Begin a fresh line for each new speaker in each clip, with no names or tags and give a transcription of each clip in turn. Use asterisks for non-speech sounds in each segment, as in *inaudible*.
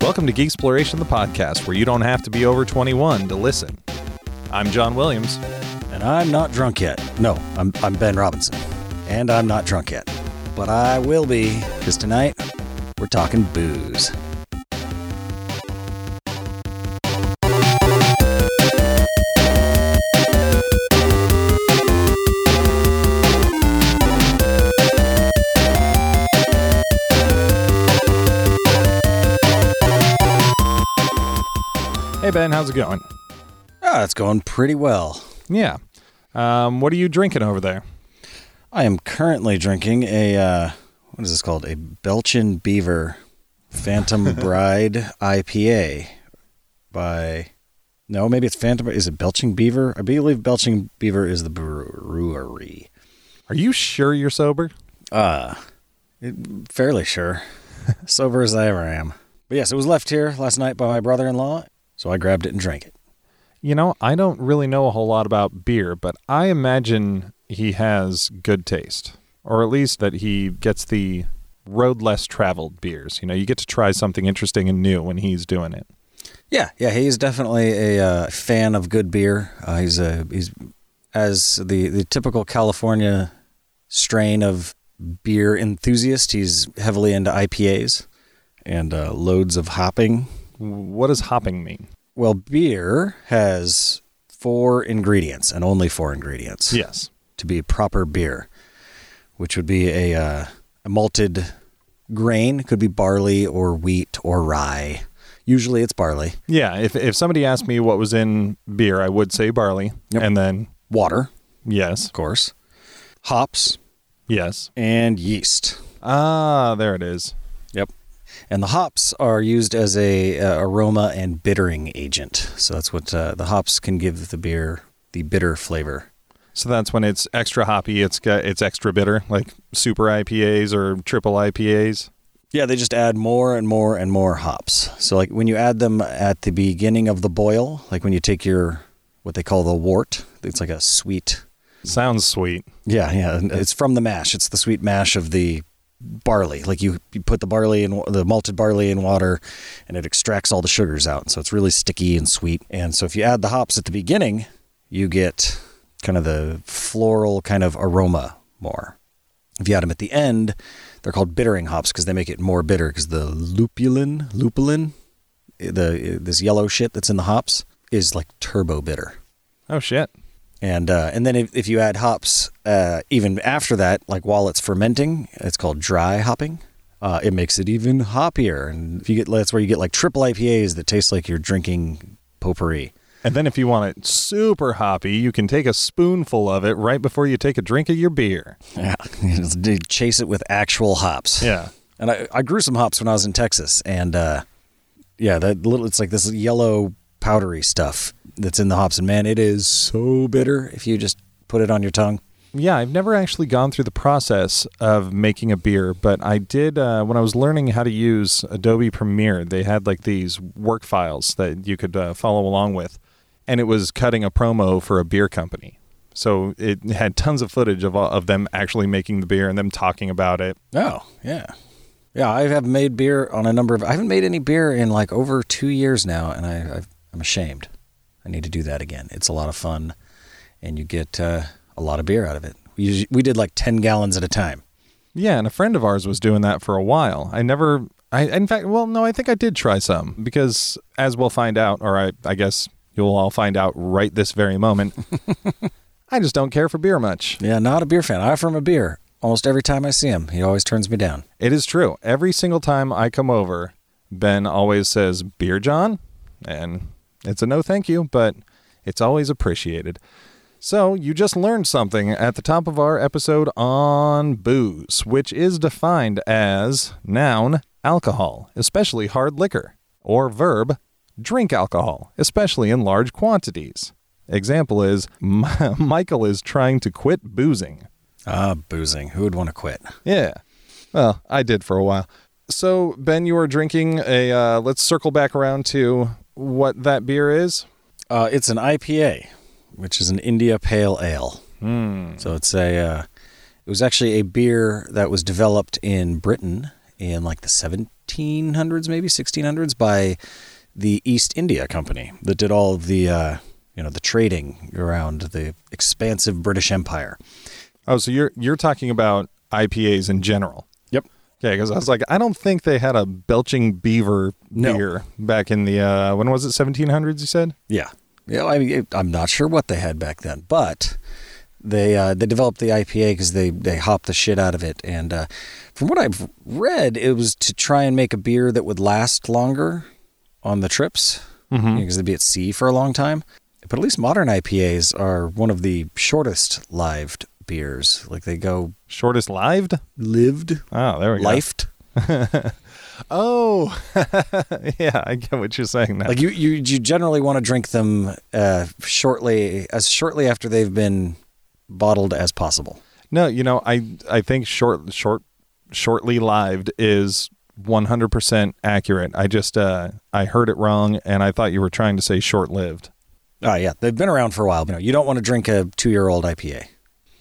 Geeksploration, the podcast where you don't have to be over 21 to listen. I'm John Williams.
And I'm not drunk yet. No, I'm, I'm Ben Robinson. And I'm not drunk yet. But I will be, because tonight we're talking booze.
Hey, Ben, how's it going?
Ah, it's going pretty well.
Yeah. Um, what are you drinking over there?
I am currently drinking a, uh, what is this called? A Belchin Beaver Phantom Bride IPA by, no, maybe it's Phantom, is it Belching Beaver? I believe Belching Beaver is the brewery.
Are you sure you're sober?
Uh, it- fairly sure. *laughs* Sober as I ever am. But yes, it was left here last night by my brother in law, so I grabbed it and drank it.
You know, I don't really know a whole lot about beer, but I imagine he has good taste, or at least that he gets the road less traveled beers. You know, you get to try something interesting and new when he's doing it.
Yeah, yeah, he's definitely a uh, fan of good beer. Uh, he's a he's as the the typical California strain of beer enthusiast. He's heavily into IPAs and uh, loads of hopping.
What does hopping mean?
Well, beer has four ingredients and only four ingredients.
Yes.
to be proper beer, which would be a, uh, a malted grain. It could be barley or wheat or rye. Usually it's barley.
Yeah, if if somebody asked me what was in beer, I would say barley,
Yep.
and then
Water,
yes,
of course, hops,
yes.
and yeast.
Ah, there it is.
Yep. And the hops are used as a uh, aroma and bittering agent. So that's what uh, the hops can give the beer the bitter flavor.
So that's when it's extra hoppy. It's got it's extra bitter, like super IPAs or triple IPAs.
Yeah, they just add more and more and more hops. So like when you add them at the beginning of the boil, like when you take your what they call the wort, it's like a sweet.
Sounds sweet.
Yeah, yeah, and it's from the mash. It's the sweet mash of the barley. Like you, you put the barley and the malted barley in water and it extracts all the sugars out. So it's really sticky and sweet. And so if you add the hops at the beginning, you get kind of the floral kind of aroma more. If you add them at the end, they're called bittering hops because they make it more bitter because the lupulin, lupulin, eh, the this yellow shit that's in the hops is like turbo bitter.
Oh shit.
And uh, and then if, if you add hops, uh, even after that, like while it's fermenting, it's called dry hopping. Uh, it makes it even hoppier. And if you get that's where you get like triple IPAs that taste like you're drinking potpourri.
And then if you want it super hoppy, you can take a spoonful of it right before you take a drink of your beer.
*laughs* Yeah, They chase it with actual hops.
Yeah.
And I, I grew some hops when I was in Texas, and uh, yeah, that little it's like this yellow powdery stuff that's in the hops, and man, it is so bitter if you just put it on your tongue.
Yeah, I've never actually gone through the process of making a beer, but I did uh, when I was learning how to use Adobe Premiere. They had like these work files that you could uh, follow along with, and it was cutting a promo for a beer company. So it had tons of footage of of them actually making the beer and them talking about it.
Oh, yeah. Yeah, I have made beer on a number of. I haven't made any beer in like over two years now, and I, I've, I'm ashamed. I need to do that again. It's a lot of fun, and you get uh, a lot of beer out of it. We, usu- we did like 10 gallons at a time.
Yeah, and a friend of ours was doing that for a while. I never I in fact, well, no, I think I did try some because as we'll find out, or I I guess you'll all find out right this very moment. I just don't care for beer much.
Yeah, not a beer fan. I offer him a beer almost every time I see him. He always turns me down.
It is true. Every single time I come over, Ben always says, Beer John? And it's a no thank you, but it's always appreciated. So you just learned something at the top of our episode on booze, which is defined as noun, alcohol, especially hard liquor, or verb, drink alcohol, especially in large quantities. Example is *laughs* Michael is trying to quit boozing.
Ah, boozing. Who would want to quit?
Yeah. Well, I did for a while. So, Ben, you are drinking a. Uh, let's circle back around to what that beer is.
Uh, it's an IPA, which is an India Pale Ale. So it's a. Uh, it was actually a beer that was developed in Britain in like the 1700s, 1500s, maybe 1600s, by the East India Company that did all of the uh, you know the trading around the expansive British Empire.
Oh, so you're you're talking about IPAs in general.
Yep.
Okay, because I was like, I don't think they had a belching beaver
No.
beer back in the uh, when was it 1700s? You said
Yeah. Yeah, I mean, it- I'm not sure what they had back then, but they uh, they developed the IPA because they they hopped the shit out of it, and uh, from what I've read, it was to try and make a beer that would last longer on the trips because they'd be at sea for a long time. But at least modern IPAs are one of the shortest lived beers. Like they go
shortest lived.
lived,
Oh, there we
lifed.
go. Oh, *laughs* yeah, I get what you're saying now.
Like you, you, you generally want to drink them uh, shortly, as shortly after they've been bottled as possible.
No, you know, I I think short short shortly lived is 100% accurate. I just uh I heard it wrong and I thought you were trying to say short lived.
Oh yeah, they've been around for a while. You know, you don't want to drink a two-year-old IPA.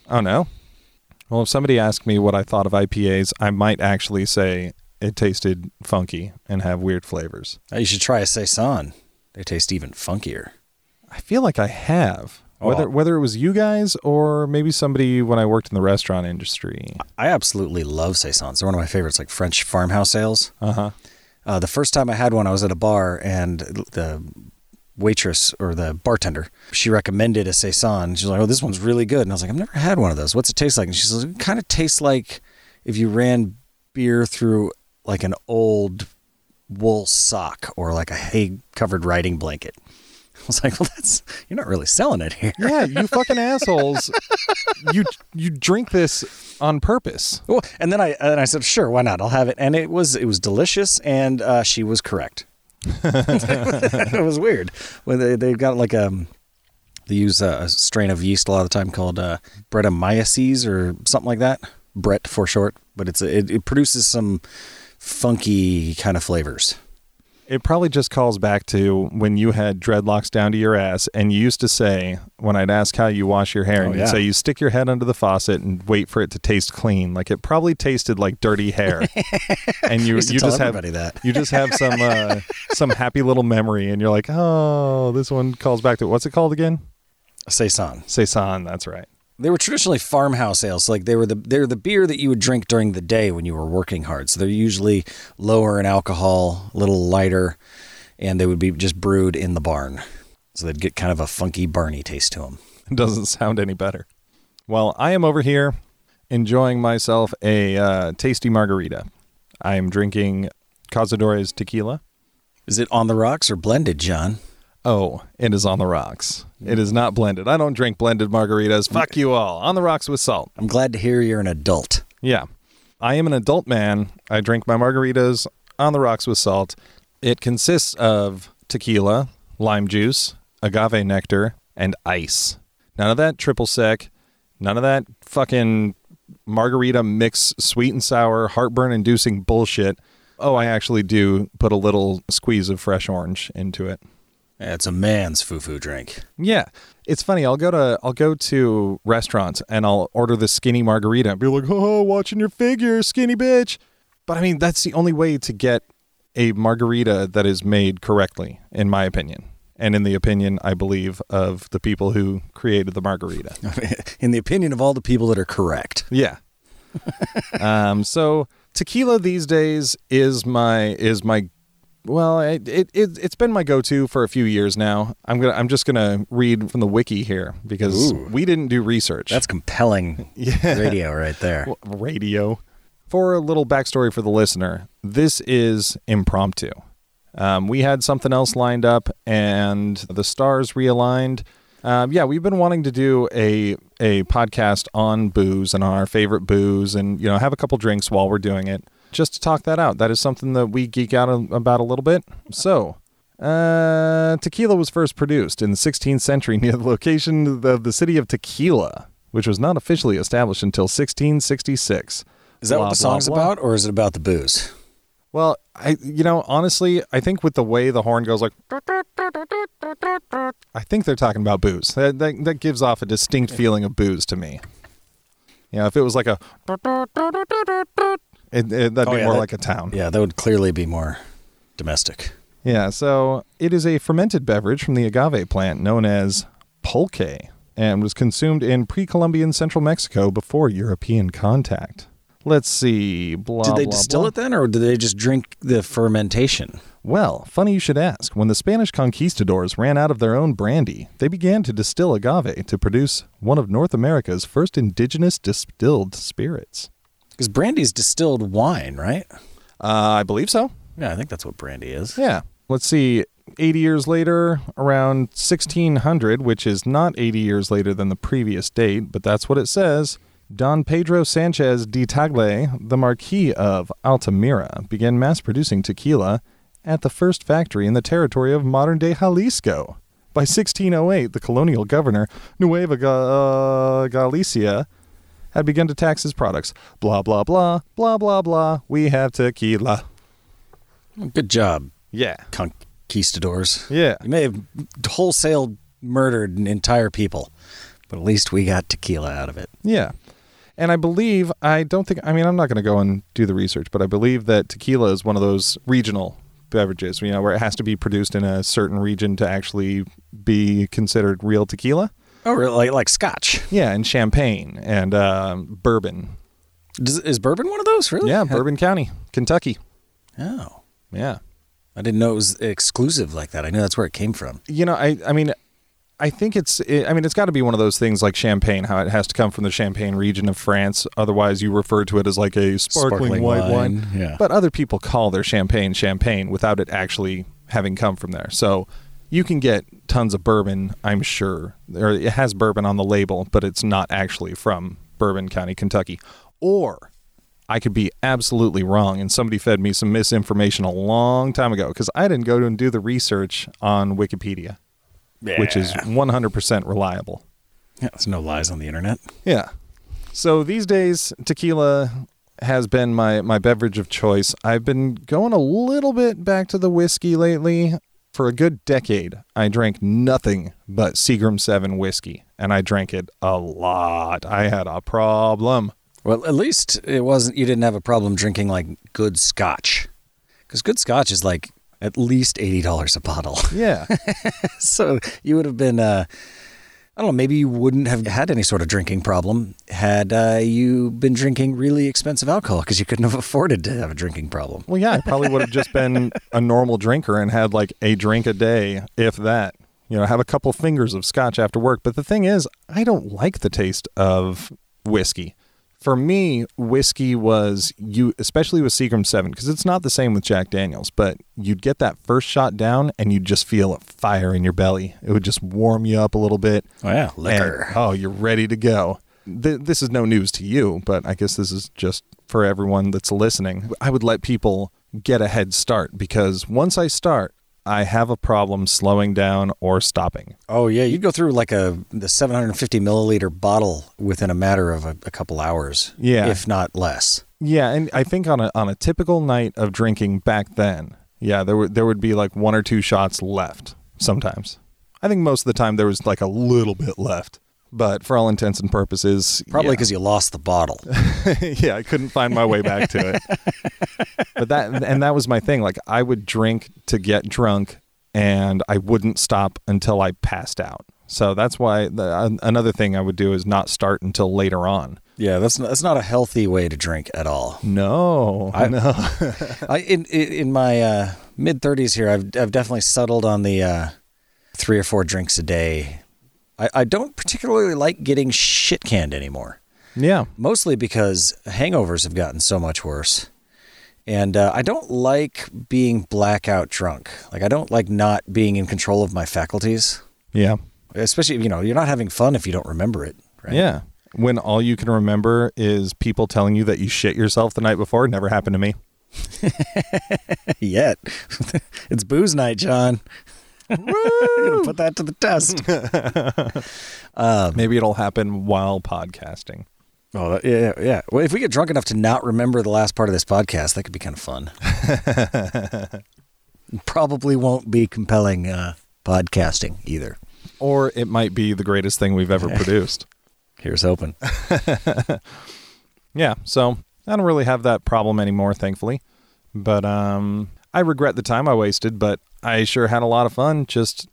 Oh no. Well, if somebody asked me what I thought of IPAs, I might actually say it tasted funky and have weird flavors.
Uh, You should try a saison. They taste even funkier.
I feel like I have
Oh.
whether whether it was you guys or maybe somebody when I worked in the restaurant industry.
I absolutely love saisons. They're one of my favorites, like French farmhouse ales.
Uh-huh.
Uh, the first time I had one, I was at a bar, and the waitress or the bartender she recommended a saison. She's like, "Oh, this one's really good," and I was like, "I've never had one of those. What's it taste like?" And she says, "It kind of tastes like if you ran beer through like an old wool sock or like a hay-covered riding blanket." *laughs* I was like, "Well, that's you're not really selling it here."
Yeah, you fucking assholes. You you drink this on purpose.
Well, and then I and I said, "Sure, why not? I'll have it." And it was it was delicious, and uh, she was correct. *laughs* it was weird. Well, they they got like um they use a, a strain of yeast a lot of the time called uh, Brettanomyces or something like that, Brett for short. But it's it, it produces some funky kind of flavors.
It probably just calls back to when you had dreadlocks down to your ass, and you used to say, when I'd ask how you wash your hair,
Oh,
and you'd
yeah.
say you stick your head under the faucet and wait for it to taste clean. Like it probably tasted like dirty
*laughs*
hair, and you you
used to tell
just have
everybody that.
you just have some
*laughs*
uh, some happy little memory, and you're like, oh, this one calls back to what's it called again?
Saison.
Saison. That's right.
They were traditionally farmhouse ales. Like they were the they're the beer that you would drink during the day when you were working hard. So they're usually lower in alcohol, a little lighter, and they would be just brewed in the barn. So they'd get kind of a funky barny taste to them.
It *laughs* doesn't sound any better. Well, I am over here enjoying myself a uh, tasty margarita. I am drinking Cazadores tequila.
Is it on the rocks or blended, John?
Oh, it is on the rocks. It is not blended. I don't drink blended margaritas. Fuck you all. On the rocks with salt.
I'm glad to hear you're an adult.
Yeah. I am an adult man. I drink my margaritas on the rocks with salt. It consists of tequila, lime juice, agave nectar, and ice. None of that triple sec, none of that fucking margarita mix sweet and sour, heartburn inducing bullshit. Oh, I actually do put a little squeeze of fresh orange into it.
It's a man's foo-foo drink. *laughs*
Yeah. It's funny. I'll go to I'll go to restaurants and I'll order the skinny margarita and be like, "Oh, watching your figure, skinny bitch." But I mean, that's the only way to get a margarita that is made correctly, in my opinion, and in the opinion I believe of the people who created the margarita.
in the opinion of all the people that are correct.
Yeah.
*laughs*
um, so tequila these days is my is my well it, it it it's been my go-to for a few years now. I'm gonna I'm just gonna read from the wiki here because
Ooh.
we didn't do research. *laughs*
That's compelling radio right there.
Well, radio. For a little backstory for the listener, this is impromptu. Um, we had something else lined up, and the stars realigned. Um, yeah, we've been wanting to do a a podcast on booze and on our favorite booze, and you know, have a couple drinks while we're doing it, just to talk that out. That is something that we geek out a- about a little bit. So, uh, tequila was first produced in the 16th century near the location of the, the city of Tequila, which was not officially established until 1666.
Is that
Blah,
what the
blah,
song's
blah.
about, or is it about the booze?
Well, I you know honestly, I think with the way the horn goes, like I think they're talking about booze. That that, that gives off a distinct feeling of booze to me. You know, if it was like a It, it, that'd
Oh,
be
yeah,
more
that-
like a town.
Yeah, that would clearly be more domestic.
Yeah, so it is a fermented beverage from the agave plant known as pulque and was consumed in pre Columbian central Mexico before European contact. Let's see. Blah,
Did they
blah,
distill
blah.
it then, or did they just drink the fermentation?
Well, funny you should ask. When the Spanish conquistadors ran out of their own brandy, they began to distill agave to produce one of North America's first indigenous distilled spirits.
Because brandy's distilled wine, right?
Uh, I believe so.
Yeah, I think that's what brandy is.
Yeah. Let's see. 80 years later, around 1600, which is not 80 years later than the previous date, but that's what it says. Don Pedro Sanchez de Tagle, the Marquis of Altamira, began mass producing tequila at the first factory in the territory of modern day Jalisco. By 1608, the colonial governor, Nueva Ga- uh, Galicia, had begun to tax his products. Blah, blah, blah, blah, blah, blah. We have tequila.
Good job,
Yeah.
conquistadors.
Yeah.
You may have wholesale murdered an entire people, but at least we got tequila out of it.
Yeah. And I believe, I don't think, I mean, I'm not going to go and do the research, but I believe that tequila is one of those regional beverages, you know, where it has to be produced in a certain region to actually be considered real tequila.
Oh, really? Like, like scotch.
Yeah, and champagne and um bourbon.
Does, is bourbon one of those, really?
Yeah, Bourbon County, Kentucky.
Oh.
Yeah.
I didn't know it was exclusive like that. I knew that's where it came from.
You know, I, I mean, I think it's, I mean, it's got to be one of those things like champagne, how it has to come from the Champagne region of France. Otherwise, you refer to it as like a sparkling,
Sparkling
white
wine,
wine.
yeah.
But other people call their champagne champagne without it actually having come from there. So you can get tons of bourbon, I'm sure, or it has bourbon on the label, but it's not actually from Bourbon County, Kentucky. Or I could be absolutely wrong, and somebody fed me some misinformation a long time ago because I didn't go and do the research on Wikipedia, which is 100% reliable.
Yeah, there's no lies on the internet.
Yeah. So these days, tequila has been my, my beverage of choice. I've been going a little bit back to the whiskey lately. For a good decade, I drank nothing but Seagram 7 whiskey, and I drank it a lot. I had a problem.
Well, at least it wasn't. You didn't have a problem drinking like good scotch, because good scotch is like at least eighty dollars a bottle. *laughs*
Yeah.
so you would have been. Uh, I don't know. Maybe you wouldn't have had any sort of drinking problem had uh, you been drinking really expensive alcohol because you couldn't have *laughs* afforded to have a drinking problem.
well, yeah, I probably would have just been a normal drinker and had like a drink a day, if that. You know, have a couple fingers of scotch after work. But the thing is, I don't like the taste of whiskey. For me, whiskey was you, especially with Seagram 7, because it's not the same with Jack Daniels, but you'd get that first shot down and you'd just feel a fire in your belly. It would just warm you up a little bit.
Oh yeah,
And,
liquor.
oh, you're ready to go. Th- this is no news to you, but I guess this is just for everyone that's listening. I would let people get a head start because once I start, I have a problem slowing down or stopping.
Oh yeah, you'd go through like a the 750 milliliter bottle within a matter of a, a couple hours.
Yeah.
if not less.
Yeah, and I think on a on a typical night of drinking back then, yeah, there were there would be like one or two shots left sometimes. I think most of the time there was like a little bit left. But for all intents and purposes,
Probably
yeah.
because you lost the bottle.
*laughs* yeah, I couldn't find my way back to *laughs* it. but that and that was my thing. Like I would drink to get drunk, and I wouldn't stop until I passed out. So that's why the, an- another thing I would do is not start until later on.
yeah, that's not, that's not a healthy way to drink at all.
No, I know.
I in in in my uh, mid 30s here, I've I've definitely settled on the uh, three or four drinks a day. I, I don't particularly like getting shit canned anymore.
*laughs* Yeah,
mostly because hangovers have gotten so much worse. And uh, I don't like being blackout drunk. Like, I don't like not being in control of my faculties,
yeah,
especially, you know, you're not having fun if you don't remember it, right?
yeah. When all you can remember is people telling you that you shit yourself the night before, never happened to me.
Yet. *laughs* it's booze night, John. *laughs* You're going to put that to the test.
Maybe it'll happen while podcasting.
oh, that- yeah, yeah, yeah. Well, if we get drunk enough to not remember the last part of this podcast, that could be kind of fun. Probably won't be compelling uh, podcasting either.
Or it might be the *laughs* greatest thing we've ever produced.
Here's hoping.
Yeah, so I don't really have that problem anymore, thankfully. But um, I regret the time I wasted, but I sure had a lot of fun just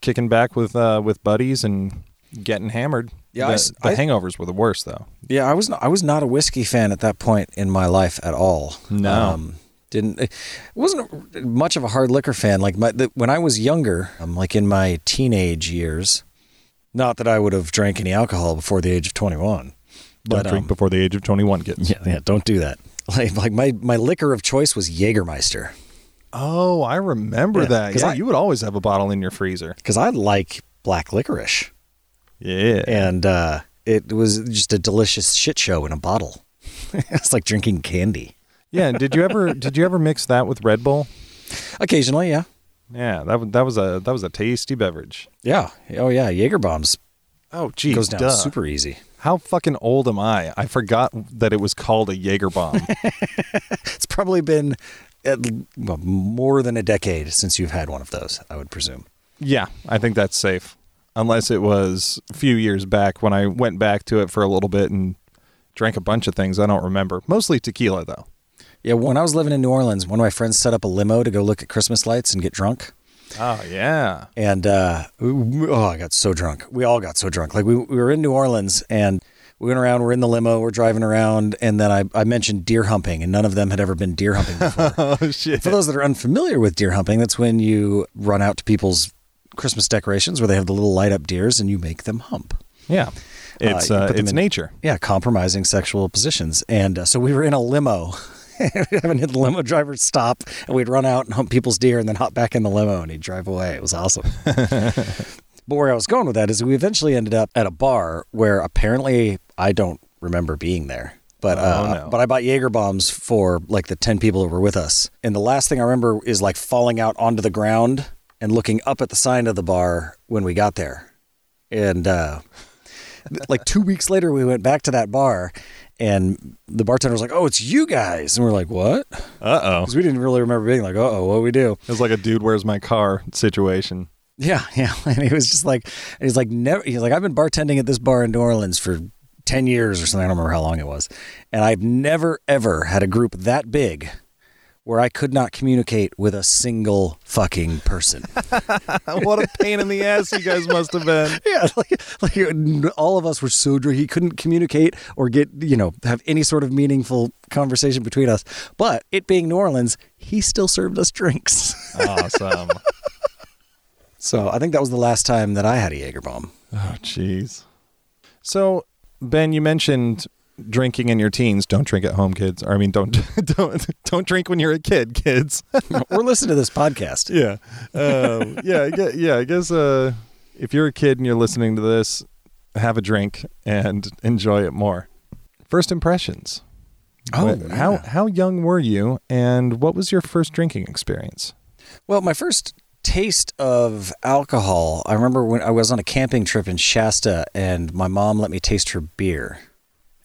kicking back with uh, with buddies and getting hammered.
Yeah, I
the,
s-
the
I-
hangovers were the worst though.
Yeah, I was not, I was not a whiskey fan at that point in my life at all. Um,
No.
didn't it wasn't much of a hard liquor fan. Like my, the, when I was younger, um, like in my teenage years, not that I would have drank any alcohol before the age of twenty one.
Don't
But
drink
um,
before the age of twenty one kids.
yeah, yeah, don't do that. *laughs* Like like my my liquor of choice was Jägermeister
Oh, I remember
Yeah,
that.
'cause
Yeah,
I-
you would always have a bottle in your freezer.
because I like black licorice,
Yeah.
and uh, it was just a delicious shit show in a bottle. *laughs* it's like drinking candy.
yeah. and Did you ever *laughs* did you ever mix that with Red Bull?
Occasionally, yeah.
Yeah, that wa- that was a that was a tasty beverage.
Yeah. Oh yeah. Jaeger bombs
Oh, geez,
goes down
duh.
super easy.
How fucking old am I? I forgot that it was called a Jaeger *laughs* bomb.
It's probably been at, well, more than a decade since you've had one of those, I would presume.
yeah, I think that's safe, unless it was a few years back when I went back to it for a little bit and drank a bunch of things I don't remember, mostly tequila though.
Yeah, when I was living in New Orleans, one of my friends set up a limo to go look at Christmas lights and get drunk.
Oh yeah,
And uh, oh, I got so drunk. We all got so drunk. Like we, we were in New Orleans and we went around. We're in the limo. We're driving around, and then I, I mentioned deer humping, and none of them had ever been deer humping *laughs* before.
*laughs* oh shit.
For those that are unfamiliar with deer humping, that's when you run out to people's Christmas decorations where they have the little light up deers and you make them hump.
Yeah, it's
you
uh,
put them
it's
in-
nature.
Yeah, compromising sexual positions. And uh, so we were in a limo. *laughs* we haven't hit the limo driver stop, and we'd run out and hump people's deer and then hop back in the limo and he'd drive away. It was awesome. but where I was going with that is we eventually ended up at a bar where apparently I don't remember being there. But uh,
Oh, no.
but I bought Jaeger bombs for like the ten people that were with us, and the last thing I remember is like falling out onto the ground and looking up at the sign of the bar when we got there, and uh, like two weeks later, we went back to that bar, and the bartender was like, "Oh, it's you guys," and we're like, "What?"
Uh oh,
Because we didn't really remember being like, "Uh oh, what do we do?"
it's like a dude, where's my car situation.
Yeah, *laughs* yeah. And he was just like, and he's like, never. He's like, I've been bartending at this bar in New Orleans for ten years or something. I don't remember how long it was, and I've never ever had a group that big where I could not communicate with a single fucking person.
*laughs* what a pain in the ass you guys must have been.
*laughs* Yeah, like, like n- all of us were so drunk. He couldn't communicate or get, you know, have any sort of meaningful conversation between us. But it being New Orleans, he still served us drinks. *laughs*
Awesome.
so I think that was the last time that I had a Jaeger bomb. *laughs*
Oh, jeez. So, Ben, you mentioned drinking in your teens. Don't drink at home, kids. Or I mean, don't *laughs* don't don't drink when you're a kid, kids. *laughs*
or listen to this podcast.
yeah, um, yeah, I guess, yeah. I guess uh, if you're a kid and you're listening to this, have a drink and enjoy it more. First impressions.
Oh,
Wh- how
yeah.
how young were you, and what was your first drinking experience?
Well, my first taste of alcohol, I remember when I was on a camping trip in Shasta and my mom let me taste her beer.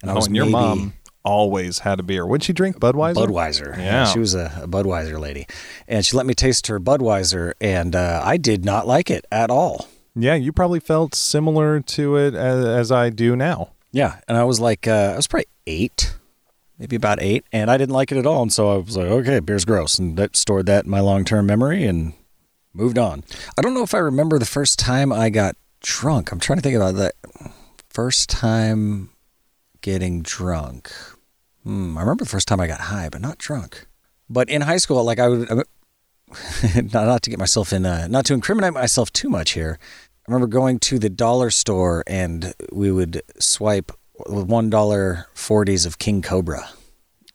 And I
oh,
was
and your
maybe-
mom always had a beer. Would she drink Budweiser?
Budweiser.
Yeah.
She was a, a Budweiser lady. And she let me taste her Budweiser, and uh, I did not like it at all.
Yeah, you probably felt similar to it as, as I do now.
Yeah. And I was like, uh, I was probably eight, maybe about eight, and I didn't like it at all. And so I was like, okay, beer's gross. And that stored that in my long term memory and moved on. I don't know if I remember the first time I got drunk. I'm trying to think about that first time getting drunk. Hmm, I remember the first time I got high, but not drunk. But in high school, like I would, I would- *laughs* not, not to get myself in, uh, not to incriminate myself too much here. I remember going to the dollar store and we would swipe one dollar forties of King Cobra,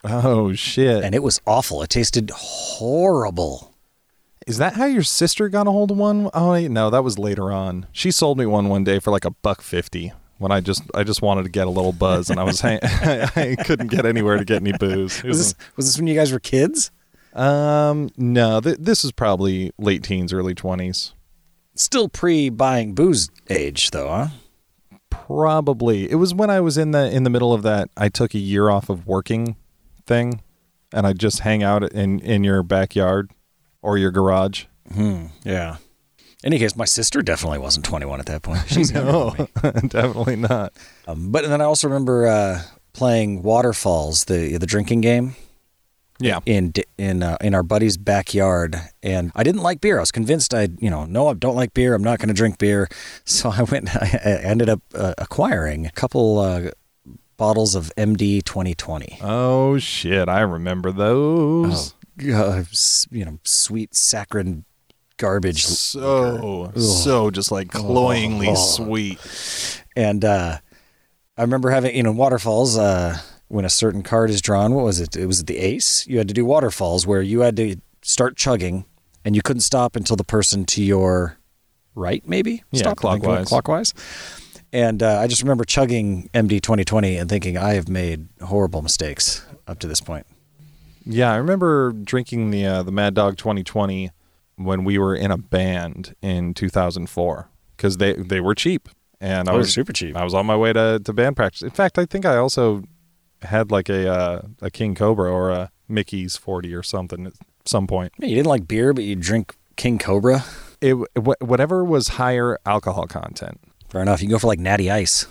Oh shit!
and it was awful. It tasted horrible.
Is that how your sister got a hold of one? Oh wait, no, that was later on. She sold me one one day for like a buck fifty when I just I just wanted to get a little buzz and I was hang- *laughs* I couldn't get anywhere to get any booze. It
Was
was-
this was this when you guys were kids?
um, no, th- this is probably late teens, early twenties.
Still pre buying booze age though, huh?
Probably it was when I was in the in the middle of that. I took a year off of working thing, and I just hang out in in your backyard or your garage.
Yeah. In any case, my sister
*laughs*
definitely wasn't 21 at that point. She's younger than me.
Definitely not.
Um, but then I also remember uh, playing Waterfalls, the the drinking game
Yeah.
in in uh, in our buddy's backyard, and I didn't like beer. I was convinced I, you know, no, I don't like beer. I'm not going to drink beer. *laughs* So I went. *laughs* I I ended up uh, acquiring a couple uh, bottles of MD 2020.
Oh shit, I remember those.
Uh, s- you know, sweet saccharine garbage,
So so just like cloyingly
Oh.
sweet.
and uh, I remember having you know waterfalls. Uh, when a certain card is drawn, what was it? It was the ace. You had to do waterfalls where you had to start chugging, and you couldn't stop until the person to your right maybe
Yeah,
stopped, I think it went
clockwise.
Clockwise. And uh, I just remember chugging MD 2020 and thinking I have made horrible mistakes up to this point.
Yeah, I remember drinking the uh, the Mad Dog 2020 when we were in a band in 2004 because they they were cheap and I
Oh,
was
super cheap.
I was on my way to, to band practice. In fact, I think I also had like a uh, a King Cobra or a Mickey's 40 or something at some point.
Yeah, you didn't like beer, but you drink King Cobra.
It wh- whatever was higher alcohol content.
Fair enough. You can go for like Natty Ice.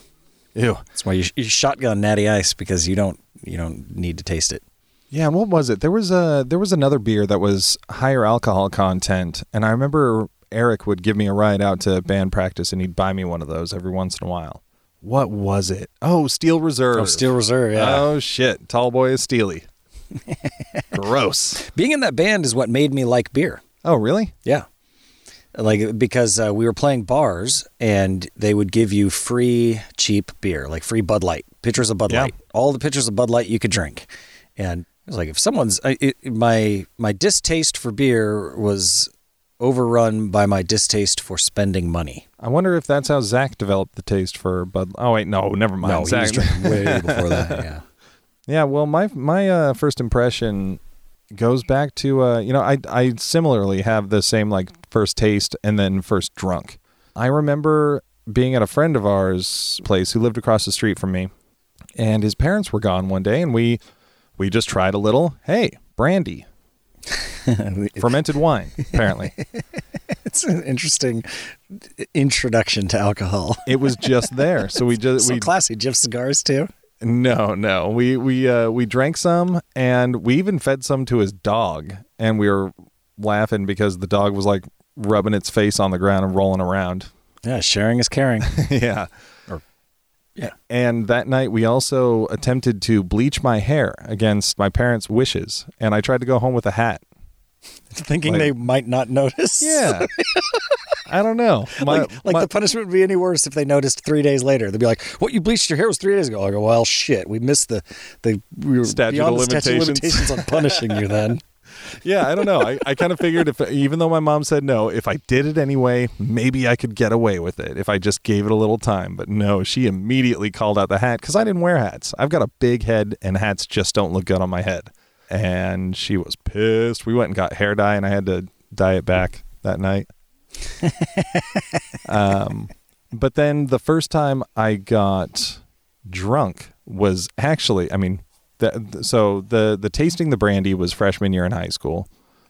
Ew.
That's why you, you shotgun Natty Ice because you don't you don't need to taste it.
Yeah, and what was it? There was a there was another beer that was higher alcohol content, and I remember Eric would give me a ride out to band practice, and he'd buy me one of those every once in a while. What was it? Oh, Steel Reserve.
Oh, Steel Reserve. Yeah.
Oh shit, Tall Boy is
*laughs*
steely. Gross.
Being in that band is what made me like beer.
Oh really?
Yeah. Like because uh, we were playing bars and they would give you free cheap beer, like free Bud Light, pitchers of Bud
Yeah.
Light, all the pitchers of Bud Light you could drink. And it was like if someone's I, it, my my distaste for beer was overrun by my distaste for spending money.
I wonder if that's how Zach developed the taste for Bud. Oh wait, no, never mind.
no,
Zach.
he was drinking way before that. Yeah.
Yeah, well, my my uh, first impression goes back to uh, you know I I similarly have the same like first taste and then first drunk. I remember being at a friend of ours' place who lived across the street from me, and his parents were gone one day, and we we just tried a little. Hey, brandy, fermented wine. Apparently,
It's an interesting introduction to alcohol.
it was just there, so we just
So
we
classy. Do you have cigars too?
No, no. We we uh, we drank some, and we even fed some to his dog, and we were laughing because the dog was like rubbing its face on the ground and rolling around. *laughs*
Yeah, sharing is *laughs* caring.
yeah.
Or- yeah.
And that night, we also attempted to bleach my hair against my parents' wishes, and I tried to go home with a hat.
Thinking
Like-
they might not notice.
Yeah. *laughs* I don't know. My-
*laughs* like like
my-
the punishment would be any worse if they noticed three days later. They'd be like, "What you bleached your hair was three days ago." I go, "Well, shit, we missed the the we were
Statute
beyond
of
the statute of
limitations."
limitations on punishing you." Then *laughs*
yeah, I don't know. I, I kind of figured if, even though my mom said no, if I did it anyway, maybe I could get away with it if I just gave it a little time. But no, she immediately called out the hat because I didn't wear hats. I've got a big head, and hats just don't look good on my head. And she was pissed. We went and got hair dye, and I had to dye it back that night. um, but then the first time I got drunk was actually, I mean, the, so the the tasting the brandy was freshman year in high school.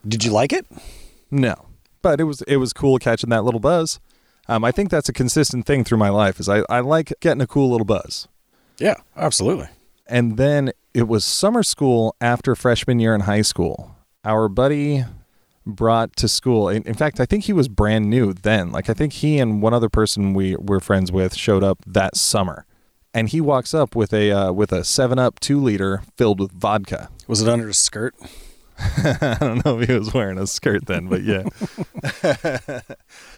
did you like it?
No, but it was it was cool catching that little buzz. Um, I think that's a consistent thing through my life is I, I like getting a cool little buzz.
Yeah, absolutely.
And then it was summer school after freshman year in high school. Our buddy brought to school. In, in fact, I think he was brand new then. Like I think he and one other person we were friends with showed up that summer. And he walks up with a uh, with a Seven Up two liter filled with vodka.
Was it under a skirt?
*laughs* I don't know if he was wearing a skirt then, but *laughs* yeah.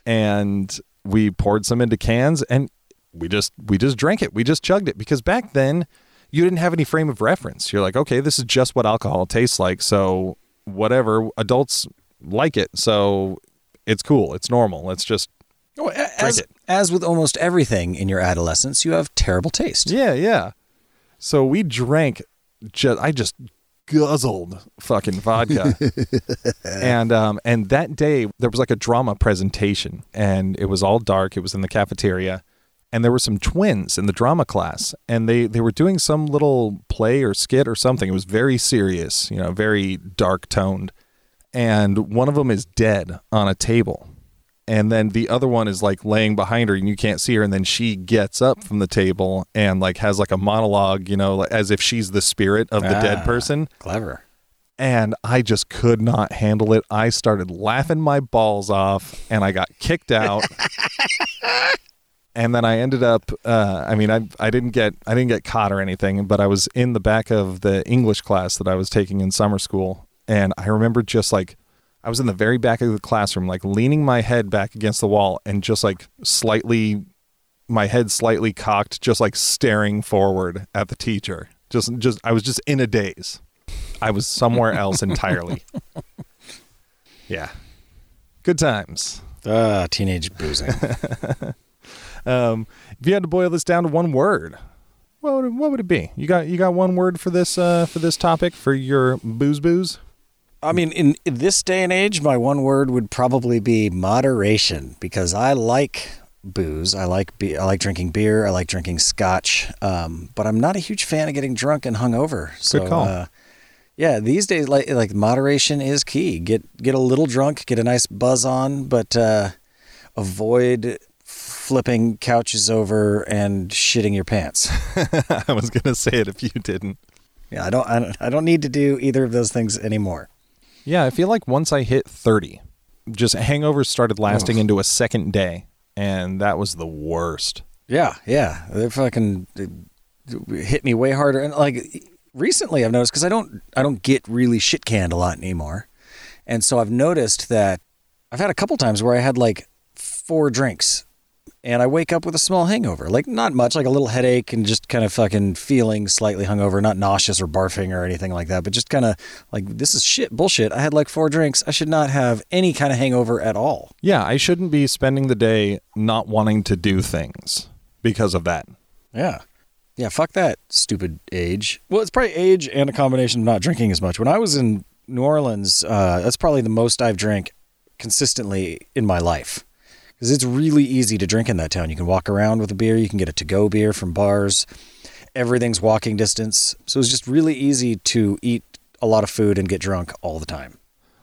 and we poured some into cans and we just we just drank it. We just chugged it because back then you didn't have any frame of reference. You're like, okay, this is just what alcohol tastes like, so whatever. Adults like it, so it's cool. It's normal. It's just
Oh, a- as
it.
as with almost everything in your adolescence, you have terrible taste.
Yeah, yeah. So we drank. Just I just guzzled fucking *laughs* vodka, and um, and that day there was like a drama presentation, and it was all dark. It was in the cafeteria, and there were some twins in the drama class, and they they were doing some little play or skit or something. It was very serious, you know, very dark toned, and one of them is dead on a table, and then the other one is like laying behind her and you can't see her and then she gets up from the table and like has like a monologue you know like, as if she's the spirit of the
Ah.
dead person
Clever.
and i just could not handle it i started laughing my balls off and i got kicked out and then i ended up uh, i mean I, I didn't get i didn't get caught or anything but i was in the back of the english class that i was taking in summer school and i remember just like i was in the very back of the classroom like leaning my head back against the wall and just like slightly my head slightly cocked just like staring forward at the teacher just just i was just in a daze i was somewhere else *laughs* entirely yeah good times
Ah, teenage boozing.
Um, if you had to boil this down to one word, what would it, what would it be? You got you got one word for this uh, for this topic for your booze booze.
I mean, in, in this day and age, my one word would probably be moderation because I like booze. I like be- I like drinking beer. I like drinking scotch. Um, but I'm not a huge fan of getting drunk and hungover. So,
call.
Uh, yeah, these days, like like moderation is key. Get get a little drunk, get a nice buzz on, but uh, avoid flipping couches over and shitting your pants.
*laughs*
*laughs*
I was gonna say it if you didn't.
yeah, I don't, I don't I don't need to do either of those things anymore.
Yeah, I feel like once I hit thirty, just hangovers started lasting into a second day, and that was the worst.
Yeah, yeah, they fucking uh, hit me way harder. And like recently, I've noticed because I don't, I don't get really shit canned a lot anymore, and so I've noticed that I've had a couple times where I had like four drinks, and I wake up with a small hangover, like not much, like a little headache and just kind of fucking feeling slightly hungover, not nauseous or barfing or anything like that, but just kind of like this is shit bullshit. I had like four drinks. I should not have any kind of hangover at all.
Yeah, I shouldn't be spending the day not wanting to do things because of that.
Yeah. Yeah, fuck that stupid age. Well, it's probably age and a combination of not drinking as much. When I was in New Orleans, uh, that's probably the most I've drank consistently in my life. Because it's really easy to drink in that town. You can walk around with a beer, you can get a to go beer from bars. Everything's walking distance. So it's just really easy to eat a lot of food and get drunk all the time.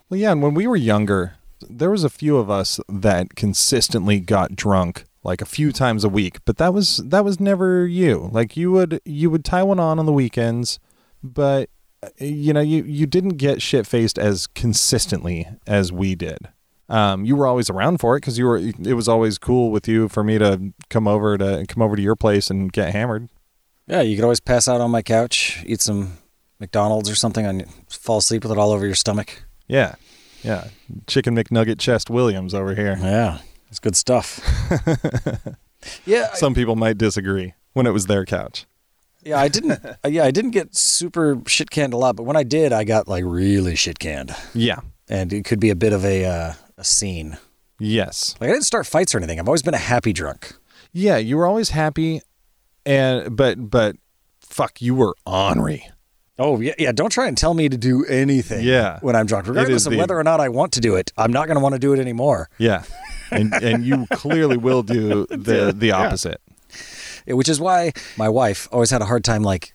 Well, yeah, and when we were younger, there was a few of us that consistently got drunk like a few times a week, but that was that was never you. Like you would you would tie one on on the weekends, but uh, you know you you didn't get shit faced as consistently as we did. Um, you were always around for it because you were. It was always cool with you for me to come over to come over to your place and get hammered.
Yeah, you could always pass out on my couch, eat some McDonald's or something, and fall asleep with it all over your stomach.
Yeah, yeah. Chicken McNugget chest Williams over here.
*laughs* Yeah, it's good stuff. *laughs* yeah, I-
Some people might disagree when it was their couch.
yeah, I didn't. uh, Yeah, I didn't get super shit canned a lot, but when I did, I got like really shit canned,
Yeah.
and it could be a bit of a uh, a scene.
Yes.
Like I didn't start fights or anything. I've always been a happy drunk.
Yeah, you were always happy and but but fuck, you were ornery.
Oh yeah, yeah. Don't try and tell me to do anything.
Yeah.
when I'm drunk, regardless of
the-
whether or not I want to do it, I'm not going to want to do it anymore.
Yeah. And and you clearly will *laughs* do the the opposite.
Yeah, which is why my wife always had a hard time like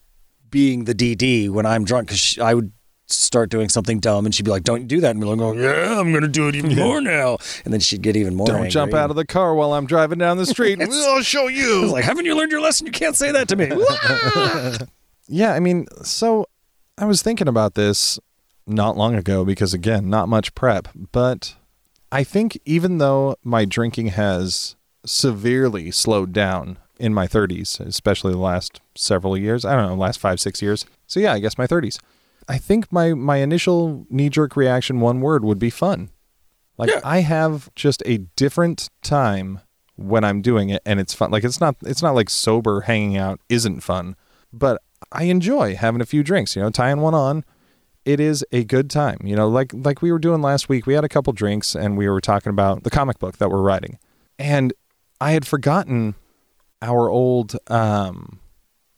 being the DD when I'm drunk because I would start doing something dumb and she'd be like, "Don't do that," and we're like, "Oh yeah, I'm gonna do it even more now," and then she'd get even more.
Don't jump
*laughs*
out of the car while I'm driving down the street. *laughs* I'll show
I was
you.
like, "Haven't you learned your lesson? You can't say that to me." *laughs*
Yeah, I mean, so I was thinking about this not long ago because again, not much prep, but I think even though my drinking has severely slowed down in my 30s, especially the last several years, I don't know, last 5 6 years. So yeah, I guess my 30s. I think my my initial knee jerk reaction one word would be fun. Like
Yeah.
I have just a different time when I'm doing it and it's fun. Like it's not it's not like sober hanging out isn't fun, but I enjoy having a few drinks, you know, tying one on. It is a good time. You know, like like we were doing last week, we had a couple drinks and we were talking about the comic book that we're writing. And I had forgotten our old um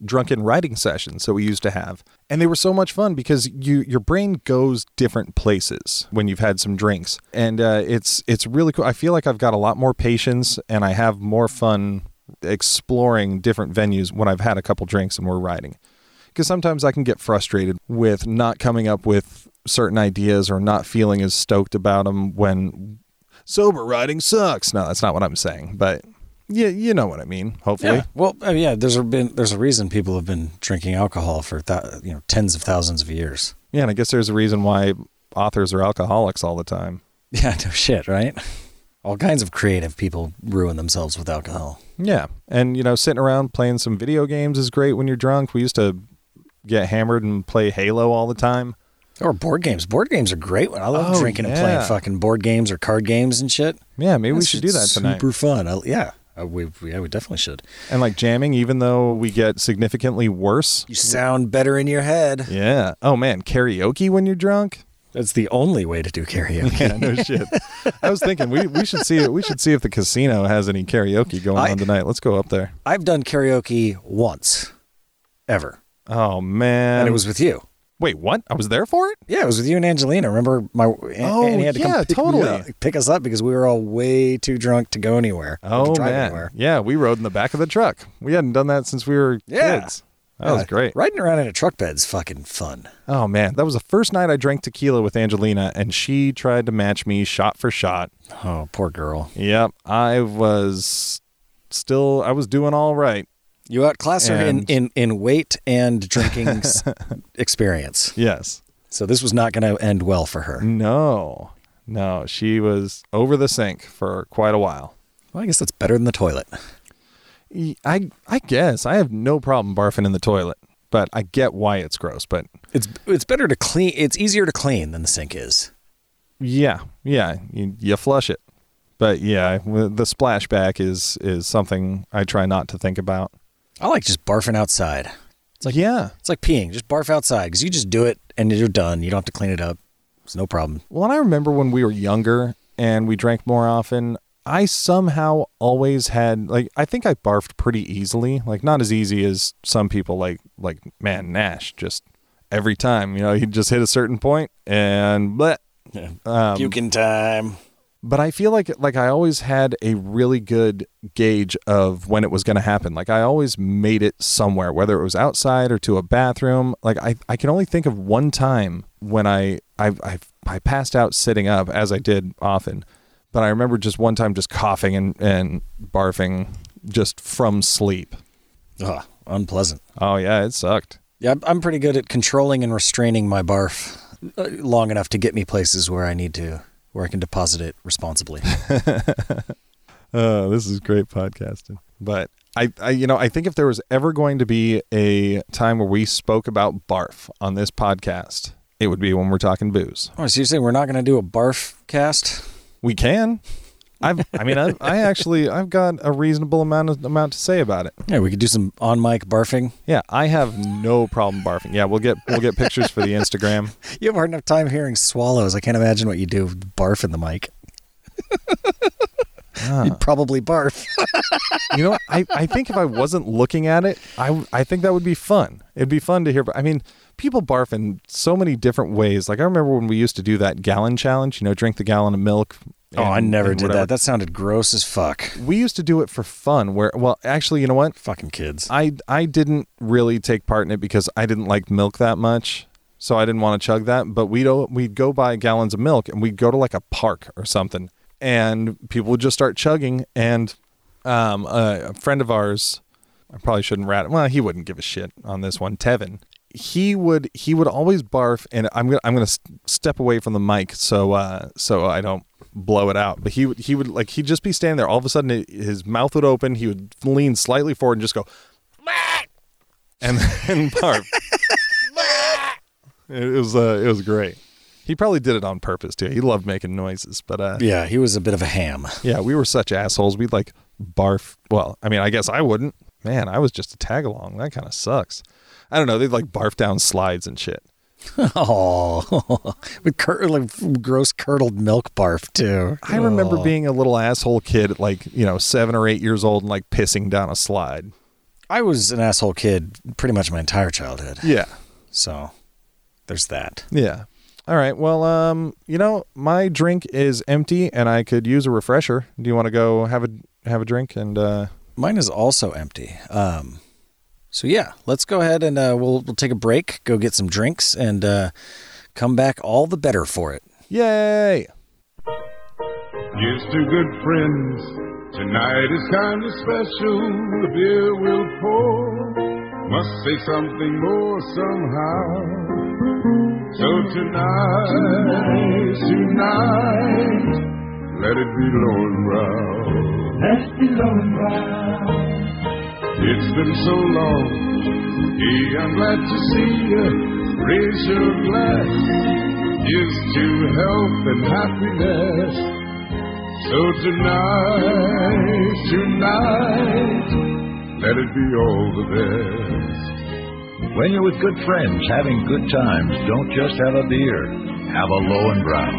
drunken writing sessions that we used to have and they were so much fun because you your brain goes different places when you've had some drinks and uh, it's it's really cool i feel like i've got a lot more patience and i have more fun exploring different venues when i've had a couple drinks and we're riding because sometimes i can get frustrated with not coming up with certain ideas or not feeling as stoked about them when sober riding sucks. No, that's not what I'm saying, but yeah, you know what I mean. Hopefully,
Yeah. Well, I mean, yeah. There's been there's a reason people have been drinking alcohol for thou- you know tens of thousands of years. *laughs*
yeah. And I guess there's a reason why authors are alcoholics all the time.
Yeah. No shit. Right. All kinds of creative people ruin themselves with alcohol.
Yeah. And, you know, sitting around playing some video games is great when you're drunk. We used to get hammered and play Halo all the time.
Or board games. Board games are great. I love
Oh,
drinking and playing
yeah.
fucking board games or card games and shit.
Yeah, maybe we
That's
should do that tonight.
Super fun. I, yeah. I, we, yeah, we definitely should.
And like jamming, even though we get significantly worse.
You sound better in your head.
Yeah. Oh, man. Karaoke when you're drunk? *laughs*
That's the only way to do karaoke.
Yeah, no shit. I was thinking we, we should see we should see if the casino has any karaoke going
I-
on tonight. Let's go up there.
*laughs* I've done karaoke once, ever,
Oh man.
and it was with you.
wait, what? I was there for it?
Yeah, it was with you and Angelina. Remember, my An-
Oh,
Annie had to
yeah,
come pick,
totally.
me up, pick us up because we were all way too drunk to go anywhere. or to
Oh
drive
man.
anywhere.
Yeah, we rode in the back of the truck. We hadn't done that since we were
Yeah.
kids. That was
Yeah,
great.
Uh, Riding around in a truck bed's fucking fun.
Oh man, that was the first night I drank tequila with Angelina, and she tried to match me shot for shot.
Oh, poor girl.
Yep, I was still I was doing all right.
You outclassed her in,
And-
in, in weight and drinking *laughs* s- experience.
Yes.
So this was not going to end well for her.
No, no, she was over the sink for quite a while.
Well, I guess that's better than the toilet.
Y- I I guess I have no problem barfing in the toilet, but I get why it's gross. But
It's it's better to clean. It's easier to clean than the sink is.
yeah, yeah, you, you flush it. But yeah, w- the splashback is is something I try not to think about.
I like just barfing outside.
It's like yeah,
It's like peeing. Just barf outside because you just do it and you're done. You don't have to clean it up. It's no problem.
Well, and I remember when we were younger and we drank more often, I somehow always had like I think I barfed pretty easily, like not as easy as some people like like man Nash just every time, you know, he'd just hit a certain point and bleh.
Puking time.
but I feel like like I always had a really good gauge of when it was going to happen. Like I always made it somewhere, whether it was outside or to a bathroom. Like I, I can only think of one time when I I I, I passed out sitting up, as I did often. But I remember just one time just coughing and and barfing just from sleep.
Ugh, unpleasant.
Oh yeah, it sucked.
Yeah, I'm- I'm pretty good at controlling and restraining my barf uh, long enough to get me places where I need to, where I can deposit it responsibly.
Oh, this is great podcasting. But I, I, you know, I think if there was ever going to be a time where we spoke about barf on this podcast, it would be when we're talking booze.
oh, so you're saying we're not going to do a barf cast?
We can. I've, I mean, I, I actually, I've got a reasonable amount of, amount to say about it.
Yeah, we could do some on mic barfing.
Yeah, I have no problem barfing. Yeah, we'll get we'll get pictures for the Instagram.
You have a hard enough time hearing swallows. I can't imagine what you do with barf in the mic.
Ah.
You'd probably barf.
You know, I, I think if I wasn't looking at it, I I think that would be fun. It'd be fun to hear. I mean, people barf in so many different ways. Like I remember when we used to do that gallon challenge. You know, drink the gallon of milk.
*laughs* oh, I
and-
never
and
did
whatever.
that. That sounded gross as fuck.
We used to do it for fun. Where well, actually, you know what?
Fucking kids.
I I didn't really take part in it because I didn't like milk that much, so I didn't want to chug that. But we'd o- we'd go buy gallons of milk and we'd go to like a park or something, and people would just start chugging. And um, a, a friend of ours, I probably shouldn't rat. Well, he wouldn't give a shit on this one, Tevin. He would he would always barf, and I'm gonna I'm gonna s- step away from the mic so uh so I don't blow it out. But he would he would like he'd just be standing there. All of a sudden, it, his mouth would open. He would lean slightly forward and just go and then *laughs* barf. it was uh, it was great. He probably did it on purpose too. He loved making noises, but uh,
yeah, he was a bit of a ham. *laughs*
yeah, we were such assholes. We'd like barf. Well, I mean, I guess I wouldn't. Man, I was just a tag along. That kind of sucks. I don't know. They'd like barf down slides and shit.
Oh, with cur- like gross curdled milk barf too.
I remember
Oh.
being a little asshole kid at like, you know, seven or eight years old and like pissing down a slide.
I was an asshole kid pretty much my entire childhood.
Yeah.
So there's that.
Yeah. All right. Well, um, you know, my drink is empty and I could use a refresher. Do you want to go have a have a drink and uh
Mine is also empty. Um, so yeah, let's go ahead and uh, we'll we'll take a break, go get some drinks, and uh, come back all the better for it.
yay.
Yes, to good friends. Tonight is kinda special. The beer will pour. Must say something more somehow. So tonight, tonight, let it be low and brown.
Let's be low and proud.
It's been so long. Hey, I'm glad to see you. Raise your glass. Here's to health and happiness. So tonight, tonight, let it be all the best.
When you're with good friends having good times, don't just have a beer. Have a low and brown.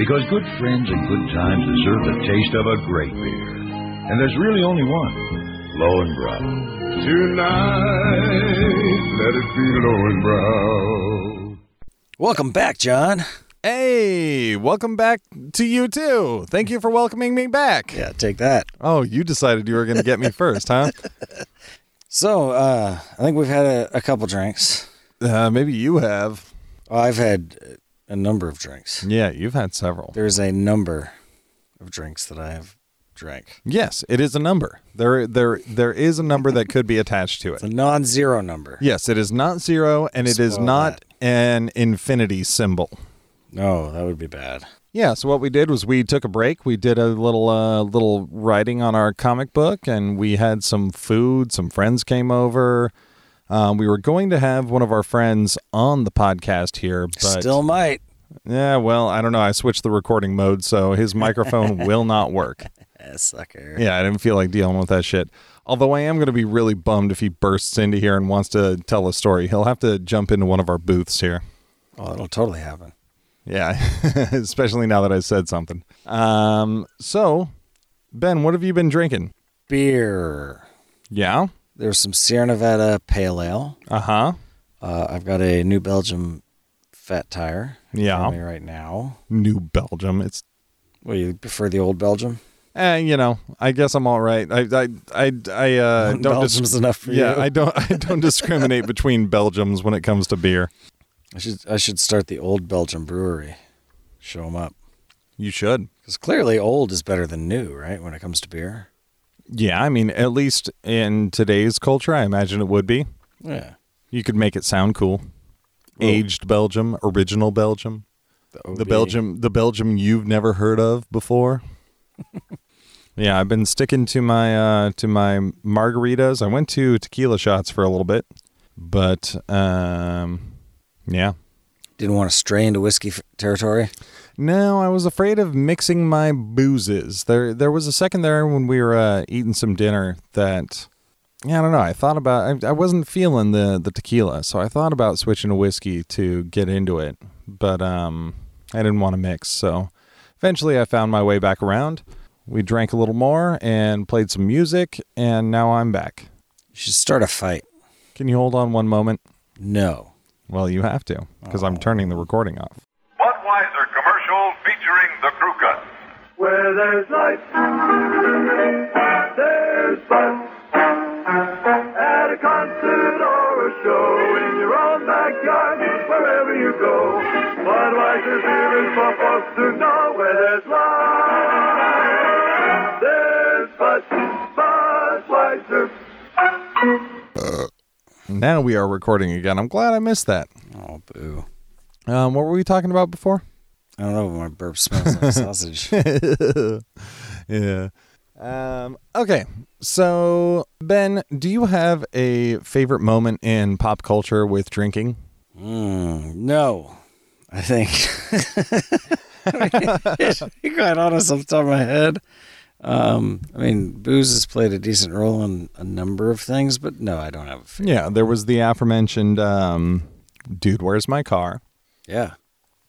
Because good friends and good times deserve the taste of a great beer. And there's really only one low and brown.
Tonight, let it be low and brown.
Welcome back, John.
Hey, welcome back to you too. Thank you for welcoming me back.
Yeah, take that.
Oh, you decided you were going to *laughs* get me first, huh?
So, uh, I think we've had a, a couple drinks.
Uh, maybe you have.
I've had uh, a number of drinks.
Yeah, you've had several.
There's a number of drinks that I have drank.
Yes, it is a number. There, there, there is a number that could be attached to it.
The non-zero number.
Yes, it is not zero, and it is
Spell
not an infinity symbol.
No, that would be bad.
Yeah, so what we did was we took a break. We did a little uh, little writing on our comic book, and we had some food. Some friends came over. Um, we were going to have one of our friends on the podcast here, but
Still might.
yeah, well, I don't know. I switched the recording mode, so his microphone will not work.
Eh, sucker.
Yeah, I didn't feel like dealing with that shit. Although I am going to be really bummed if he bursts into here and wants to tell a story. He'll have to jump into one of our booths here.
Oh, it'll totally happen.
Yeah, *laughs* especially now that I said something. Um, so, Ben, what have you been drinking?
Beer.
Yeah.
There's some Sierra Nevada Pale Ale.
Uh huh.
Uh, I've got a New Belgium Fat Tire. in
Yeah.
front of me Right now.
New Belgium. It's,
Well, you prefer the old Belgium?
eh, you know, I guess I'm all right. I, I, I, I
*laughs*
uh, don't. dis-
Belgium's enough for
yeah,
you.
I don't. I
*laughs*
don't discriminate between Belgiums when it comes to beer.
I should I should start the old Belgium brewery. Show them up.
You should.
Because clearly, old is better than new, right? When it comes to beer.
Yeah, I mean, at least in today's culture, I imagine it would be.
Yeah.
You could make it sound cool. Aged Belgium, original Belgium, the
OB.
Belgium, the Belgium you've never heard of before. *laughs* yeah, I've been sticking to my uh, to my margaritas. I went to tequila shots for a little bit, but um, yeah,
Didn't want to stray into whiskey f- territory.
no, I was afraid of mixing my boozes. There, there was a second there when we were uh, eating some dinner that, yeah, I don't know. I thought about. I, I wasn't feeling the the tequila, so I thought about switching to whiskey to get into it, but um, I didn't want to mix. So eventually, I found my way back around. We drank a little more and played some music, and now I'm back.
You should start a fight.
Can you hold on one moment?
No.
Well, you have to, because I'm turning the recording off.
Budweiser commercial featuring the crew cut.
Where there's life, there's fun. At a concert or a show, in your own backyard, wherever you go. Budweiser's beer is for folks who know where there's life. There's Bud, Budweiser.
Now we are recording again. I'm glad I missed that.
Oh, boo.
Um, what were we talking about before?
I don't know. My burp smells like sausage.
*laughs* yeah. Um, okay. So, Ben, do you have a favorite moment in pop culture with drinking?
Mm, no. I think. *laughs* you got honest off the top of my head. Um, I mean, booze has played a decent role in a number of things, but no, I don't have a favorite.
Yeah, there was the aforementioned um, Dude, Where's My Car?
Yeah.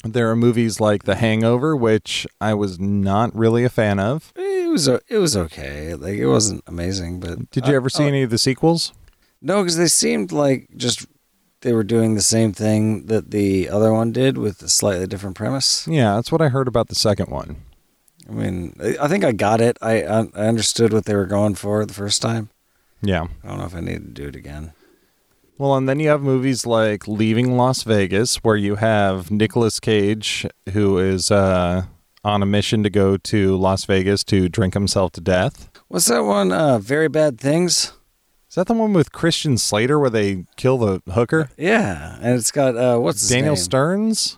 There are movies like The Hangover, which I was not really a fan of.
It was o- it was okay. Like it wasn't amazing, but uh,
Did you ever see any of the sequels?
no, because they seemed like just they were doing the same thing that the other one did with a slightly different premise.
Yeah, that's what I heard about the second one.
I mean, I I think I got it. I I I understood what they were going for the first time.
Yeah.
I don't know if I need to do it again.
Well, and then you have movies like Leaving Las Vegas, where you have Nicolas Cage, who is uh, on a mission to go to Las Vegas to drink himself to death.
What's that one? Uh, Very Bad Things?
Is that the one with Christian Slater where they kill the hooker?
Yeah. And it's got, uh, what's his
Daniel
name?
Stearns?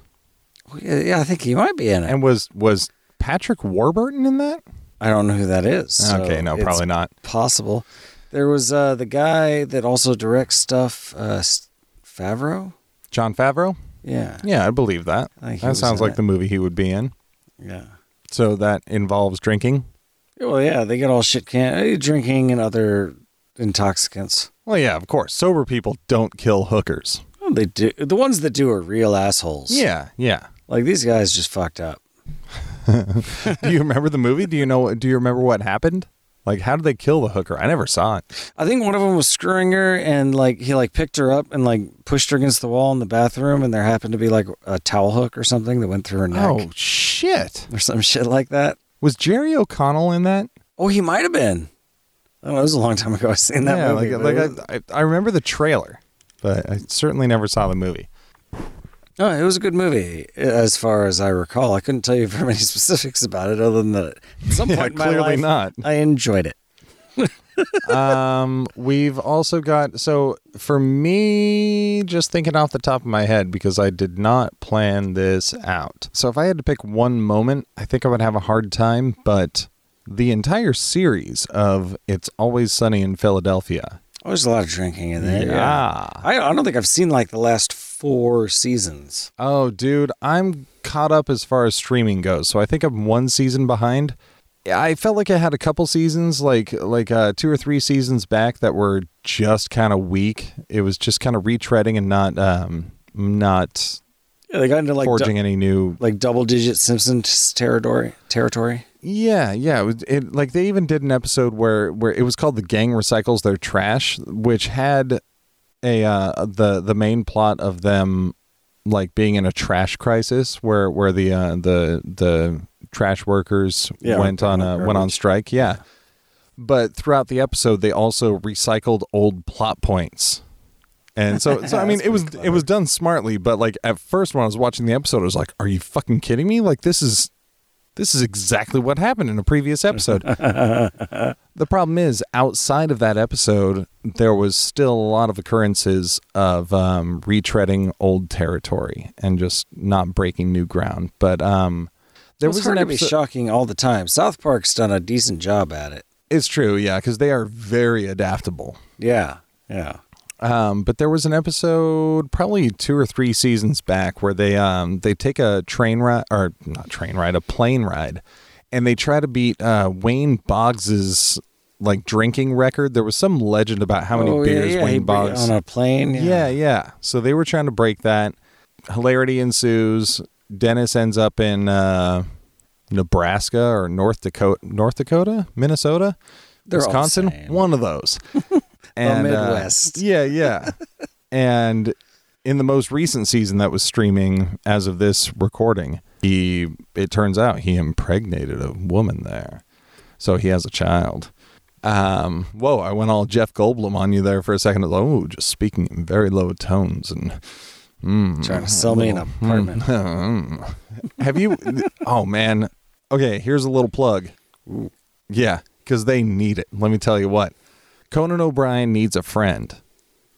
Yeah, yeah, I think he might be in it.
And was was Patrick Warburton in that?
I don't know who that is. so
okay, no,
it's
probably not.
Possible. There was uh, the guy that also directs stuff, uh, S- Favreau?
John Favreau?
Yeah.
Yeah, I believe that.
I think he
that
was
sounds
in
like
it.
the movie he would be in.
Yeah.
So that involves drinking.
Well, yeah, they get all shit can uh, drinking and other intoxicants.
Well, yeah, of course. Sober people don't kill hookers.
Well, they do. The ones that do are real assholes.
Yeah, yeah.
Like these guys just fucked up.
do you remember the movie? Do you know? Do you remember what happened? Like, how did they kill the hooker? I never saw it.
I think one of them was screwing her and like he like picked her up and like pushed her against the wall in the bathroom and there happened to be like a towel hook or something that went through her neck
Oh shit!
or some shit like that.
Was Jerry O'Connell in that?
Oh, he might have been. I don't know. It was a long time ago. *laughs* I've seen that
yeah,
movie. but
like,
it
like
was-
I, I, I remember the trailer, but I certainly never saw the movie.
Oh, it was a good movie, as far as I recall. I couldn't tell you very *laughs* many specifics about it, other than that
*laughs*
at some point in my
clearly
life,
not.
I enjoyed it.
um, we've also got so for me, just thinking off the top of my head because I did not plan this out. So if I had to pick one moment, I think I would have a hard time. But the entire series of "It's Always Sunny in Philadelphia," Ah.
Oh, there's a lot of drinking in there.
Yeah.
I, I don't think I've seen like the last four seasons.
Oh, dude, I'm caught up as far as streaming goes. So I think I'm one season behind. I felt like I had a couple seasons, like like uh, two or three seasons back, that were just kind of weak. It was just kind of retreading and not um, not
Yeah, they got into like du-
forging any new.
like double digit Simpsons territory. Territory.
Yeah, yeah. It, was- it like they even did an episode where where it was called "The Gang Recycles Their Trash," which had a uh, the the main plot of them like being in a trash crisis where where the uh, the the trash workers
Yeah,
went on a, went on
garbage.
strike. Yeah. But throughout the episode, they also recycled old plot points, and so
*laughs*
so I mean, it was it was done smartly. But like at first, when I was watching the episode, I was like, "Are you fucking kidding me? Like this is this is exactly what happened in a previous
*laughs*
episode." The problem is, outside of that episode, there was still a lot of occurrences of um, retreading old territory and just not breaking new ground. But um, there
It was
was an
hard to be
episode.
shocking all the time. South Park's done a decent job at it.
it's true, yeah, because they are very adaptable.
Yeah, yeah.
Um, but there was an episode, probably two or three seasons back, where they um, they take a train ride or not train ride, a plane ride, and they try to beat uh, Wayne Boggs's like drinking record. There was some legend about how many
Oh, yeah,
beers
yeah, he
Wayne
br-
Boggs
on a plane.
Yeah, yeah. So they were trying to break that. Hilarity ensues. Dennis ends up in uh, Nebraska or North Dakota, North Dakota, Minnesota,
They're all the
Wisconsin,
same.
one of those. uh,
Midwest.
yeah, yeah. and in the most recent season that was streaming as of this recording, he it turns out he impregnated a woman there, so he has a child. Um, whoa, I went all Jeff Goldblum on you there for a second. Oh, just speaking in very low tones. And
trying to sell me an
Mm-hmm. *laughs*
apartment.
have you? oh man. Okay, here's a little plug. Yeah, because they need it. Let me tell you what. Conan O'Brien needs a friend.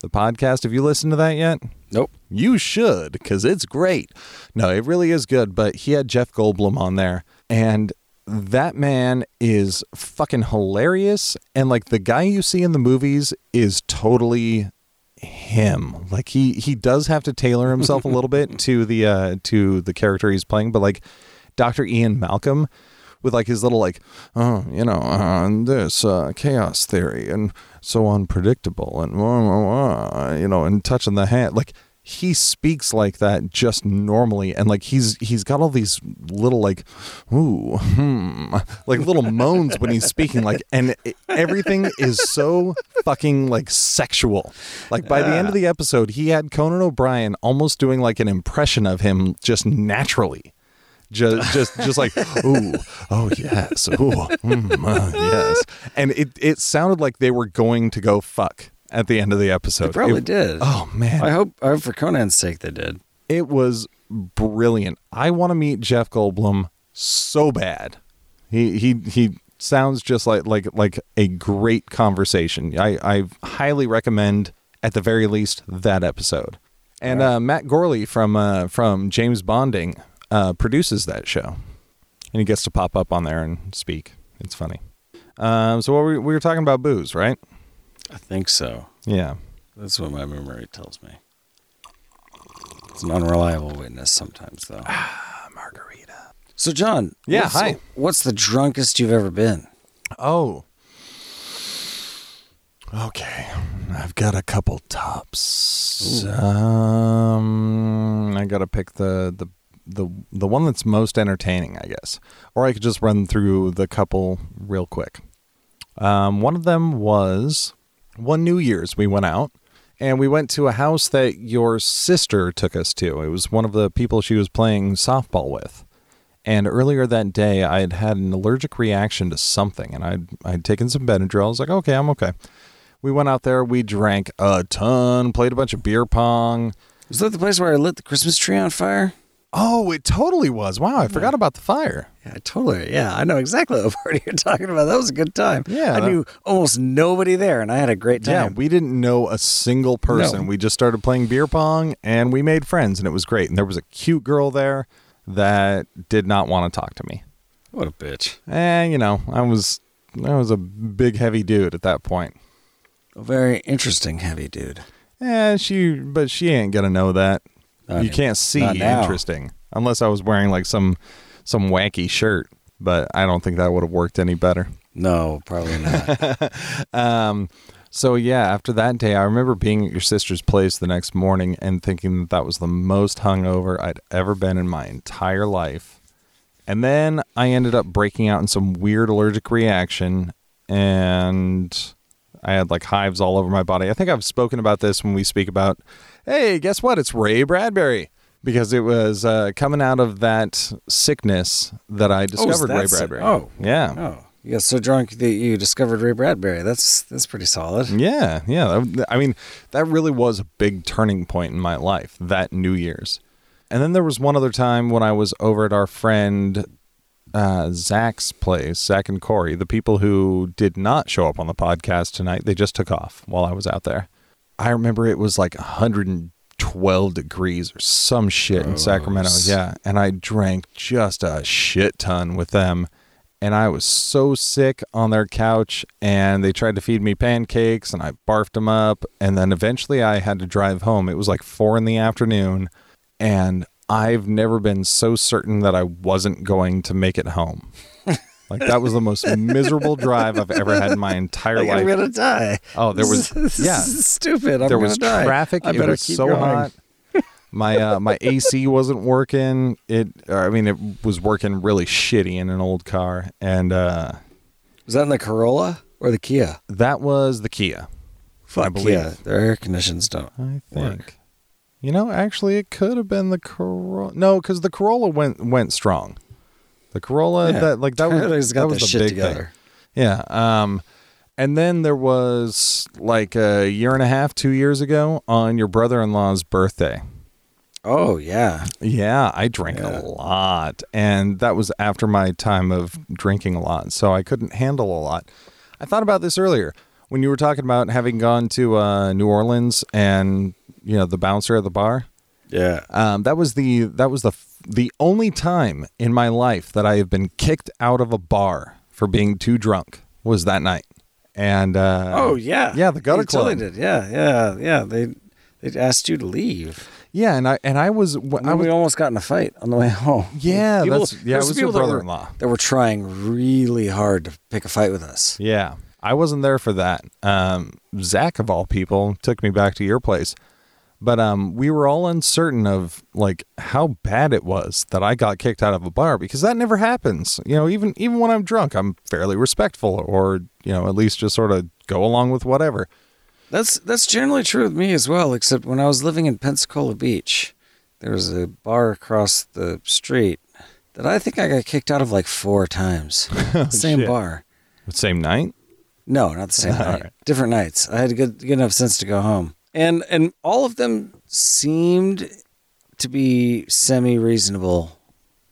The podcast. Have you listened to that yet?
Nope.
You should, because it's great. No, it really is good, but he had Jeff Goldblum on there, and that man is fucking hilarious. And like the guy you see in the movies is totally him. Like he he does have to tailor himself a little bit to the uh to the character he's playing, but like Dr. Ian Malcolm with like his little like oh you know uh, and this uh, chaos theory and so unpredictable and wah, wah, wah, you know and touching the hand like he speaks like that just normally and like he's he's got all these little like ooh hmm like little moans when he's speaking like and it- everything is so fucking like sexual like by the end of the episode he had Conan O'Brien almost doing like an impression of him just naturally just just just like *laughs* ooh oh yes ooh mm, uh, yes and it it sounded like they were going to go fuck at the end of the episode
They probably
It-
did.
oh man
I hope, I hope for Conan's sake they did.
it was brilliant i want to meet jeff goldblum so bad. He he he sounds just like like like a great conversation. I I highly recommend at the very least that episode. And uh, Matt Gorley from uh, from James Bonding uh, produces that show, and he gets to pop up on there and speak. It's funny. Um, so what were we, we were talking about booze, right?
I think so.
Yeah.
That's what my memory tells me. It's an unreliable witness sometimes, though.
Margarita.
So, John.
Yeah,
what's-
hi.
What's the drunkest you've ever been?
Oh. Okay. I've got a couple tops. Um I got to pick the the the the one that's most entertaining, I guess. Or I could just run through the couple real quick. Um one of them was one New Year's we went out and we went to a house that your sister took us to. It was one of the people she was playing softball with. And earlier that day, I had had an allergic reaction to something, and I'd, I'd taken some Benadryl. I was like, okay, I'm okay. We went out there, we drank a ton, played a bunch of beer pong.
Was that the place where I lit the Christmas tree on fire?
Oh, it totally was. Wow, I forgot about the fire.
Yeah, totally. Yeah, I know exactly *laughs* the party you're talking about. That was a good time.
Yeah,
I
that-
knew almost nobody there, and I had a great
Yeah,
time.
we didn't know a single person.
No.
We just started playing beer pong and we made friends, and it was great. And there was a cute girl there that did not want to talk to me.
what a bitch.
Eh, you know, I was I was a big heavy dude at that point.
A very interesting heavy dude.
Yeah, she, but she ain't gonna know that.
Not
you
in-
can't see
not now.
interesting unless I was wearing like some some wacky shirt, but I don't think that would have worked any better.
No, probably
*laughs*
not.
So yeah, after that day, I remember being at your sister's place the next morning and thinking that that was the most hungover I'd ever been in my entire life. And then I ended up breaking out in some weird allergic reaction and I had like hives all over my body. I think I've spoken about this when we speak about, hey, guess what? It's Ray Bradbury. Because it was uh, coming out of that sickness that I discovered Ray
that's it.
Bradbury.
Oh.
yeah.
oh, you got so drunk that you discovered Ray Bradbury. That's that's pretty
Mm,
*laughs* solid.
Yeah, yeah. That- I mean, that really was a big turning point in my life, that New Year's. And then there was one other time when I was over at our friend uh, Zach's place, Zach and Corey, the people who did not show up on the podcast tonight. They just took off while I was out there. I remember it was like 112 degrees or some shit in Sacramento. Yeah. And I drank just a shit ton with them. And I was so sick on their couch. And they tried to feed me pancakes and I barfed them up. And then eventually I had to drive home. It was like four in the afternoon. And I've never been so certain that I wasn't going to make it home. Like that was the most miserable drive I've ever had in my entire
Like, I'm
life.
gonna die.
Oh, there was-
*laughs* this is
yeah.
stupid.
there
I'm gonna
was
die.
traffic.
I
it
better
was
keep
so
going.
hot. My uh,
*laughs*
my AC wasn't working. It or, I mean it was working really shitty in an old car, and uh,
Was that in the Corolla or the Kia?
that was the Kia.
Fuck
believe.
yeah, their air conditions don't.
I
work.
think. You know, actually, it could have been the Corolla. No, because the Corolla went went strong. The Corolla
Yeah.
that like
*laughs*
that was
Tyler's got
that
their
was the
shit
big thing.
together.
Yeah. Um, and then there was like a year and a half, two years ago, on your brother in law's birthday.
Oh yeah,
Yeah, I drank a
Yeah.
lot. And that was after my time of drinking a lot. So I couldn't handle a lot. I thought about this earlier when you were talking about having gone to uh, New Orleans and, you know, the bouncer at the bar.
yeah.
Um, that was the that was the f- the only time in my life that I have been kicked out of a bar for being too drunk was that night. And uh,
Oh yeah,
yeah, the gutter
You totally
club.
did. Yeah, yeah, yeah. They they asked you to leave.
yeah, and I and I was wh- I
And
was
we almost got in a fight on the way home.
Yeah, that's- yeah, it
there
was
some
your
people that were-
brother-in-law.
that were trying really hard to pick a fight with us.
Yeah, I wasn't there for that. Um, Zach, of all people, took me back to your place, but um, we were all uncertain of like how bad it was that I got kicked out of a bar because that never happens. You know, even even when I'm drunk, I'm fairly respectful, or you know, at least just sort of go along with whatever.
That's that's generally true with me as well. Except when I was living in Pensacola Beach, there was a bar across the street that I think I got kicked out of like
*laughs*
four times. Same
Oh, shit.
bar.
Same night.
No, not
*laughs*
the same night. Different nights. I had good good enough sense to go home. And and all of them seemed to be semi reasonable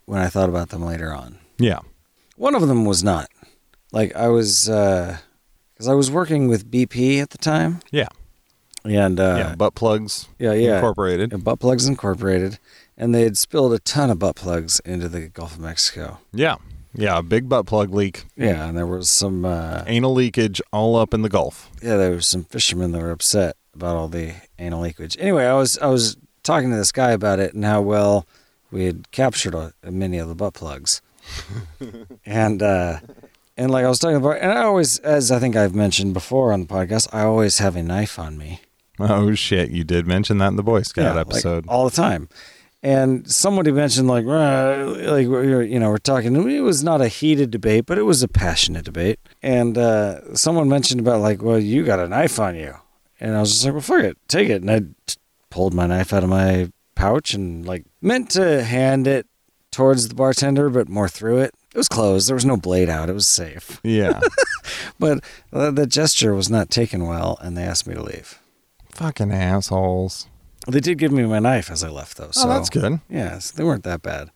when I thought about them later on.
Yeah.
One of them was not. Like I was, because I was working with BP at the time,
Yeah.
and uh,
yeah. Butt plugs.
yeah, yeah.
Incorporated.
and Butt Plugs Incorporated, and they had spilled a ton of butt plugs into the Gulf of Mexico.
Yeah. Yeah. Big butt plug leak.
Yeah, and there was some. Uh,
Anal leakage all up in the Gulf.
yeah, there was some fishermen that were upset about all the anal leakage. Anyway, I was I was talking to this guy about it and how well we had captured a, many of the butt plugs, and uh, and like I was talking about, and I always, as I think I've mentioned before on the podcast, I always have a knife on me.
Oh shit! You did mention that in the Boy Scout
like,
episode.
all the time. And somebody mentioned like, uh, like we were- you know, we're talking. It was not a heated debate, but it was a passionate debate. And uh, someone mentioned about like, well, you got a knife on you, and I was just like, well, fuck it, take it. And I t- pulled my knife out of my pouch and like meant to hand it towards the bartender, but more through it. It was closed. There was no blade out. It was safe.
yeah.
But uh, the gesture was not taken well, and they asked me to leave.
Fucking assholes.
They did give me my knife as I left, though. So
oh, that's good.
Yes, they weren't that bad.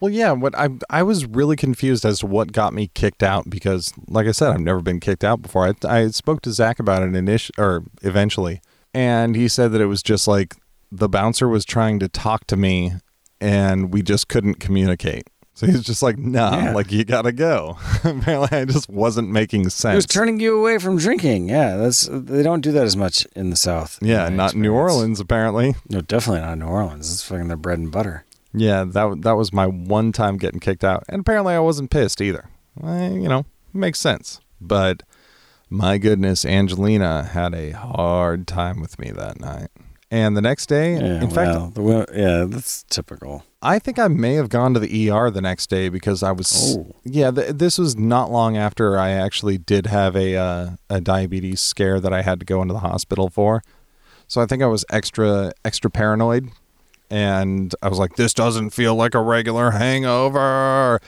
Well, yeah. What I I was really confused as to what got me kicked out because, like I said, I've never been kicked out before. I I spoke to Zach about it initially or eventually, and he said that it was just like the bouncer was trying to talk to me, and we just couldn't communicate. So he's just like, nah,
Yeah.
like you gotta go. *laughs* Apparently, I just wasn't making sense.
It was turning you away from drinking. Yeah, that's they don't do that as much in the South.
yeah,
in my
not New
experience.
Orleans apparently.
No, definitely not in New Orleans. It's fucking their bread and butter.
Yeah, that w- that was my one time getting kicked out, and apparently I wasn't pissed either. Eh, you know, makes sense. But my goodness, Angelina had a hard time with me that night, and the next day.
Yeah,
in fact,
well, the wo- yeah, that's typical.
I think I may have gone to the ER the next day because I was.
Oh.
Yeah, th- this was not long after I actually did have a uh, a diabetes scare that I had to go into the hospital for. So I think I was extra extra paranoid, and I was like, "This doesn't feel like a regular hangover."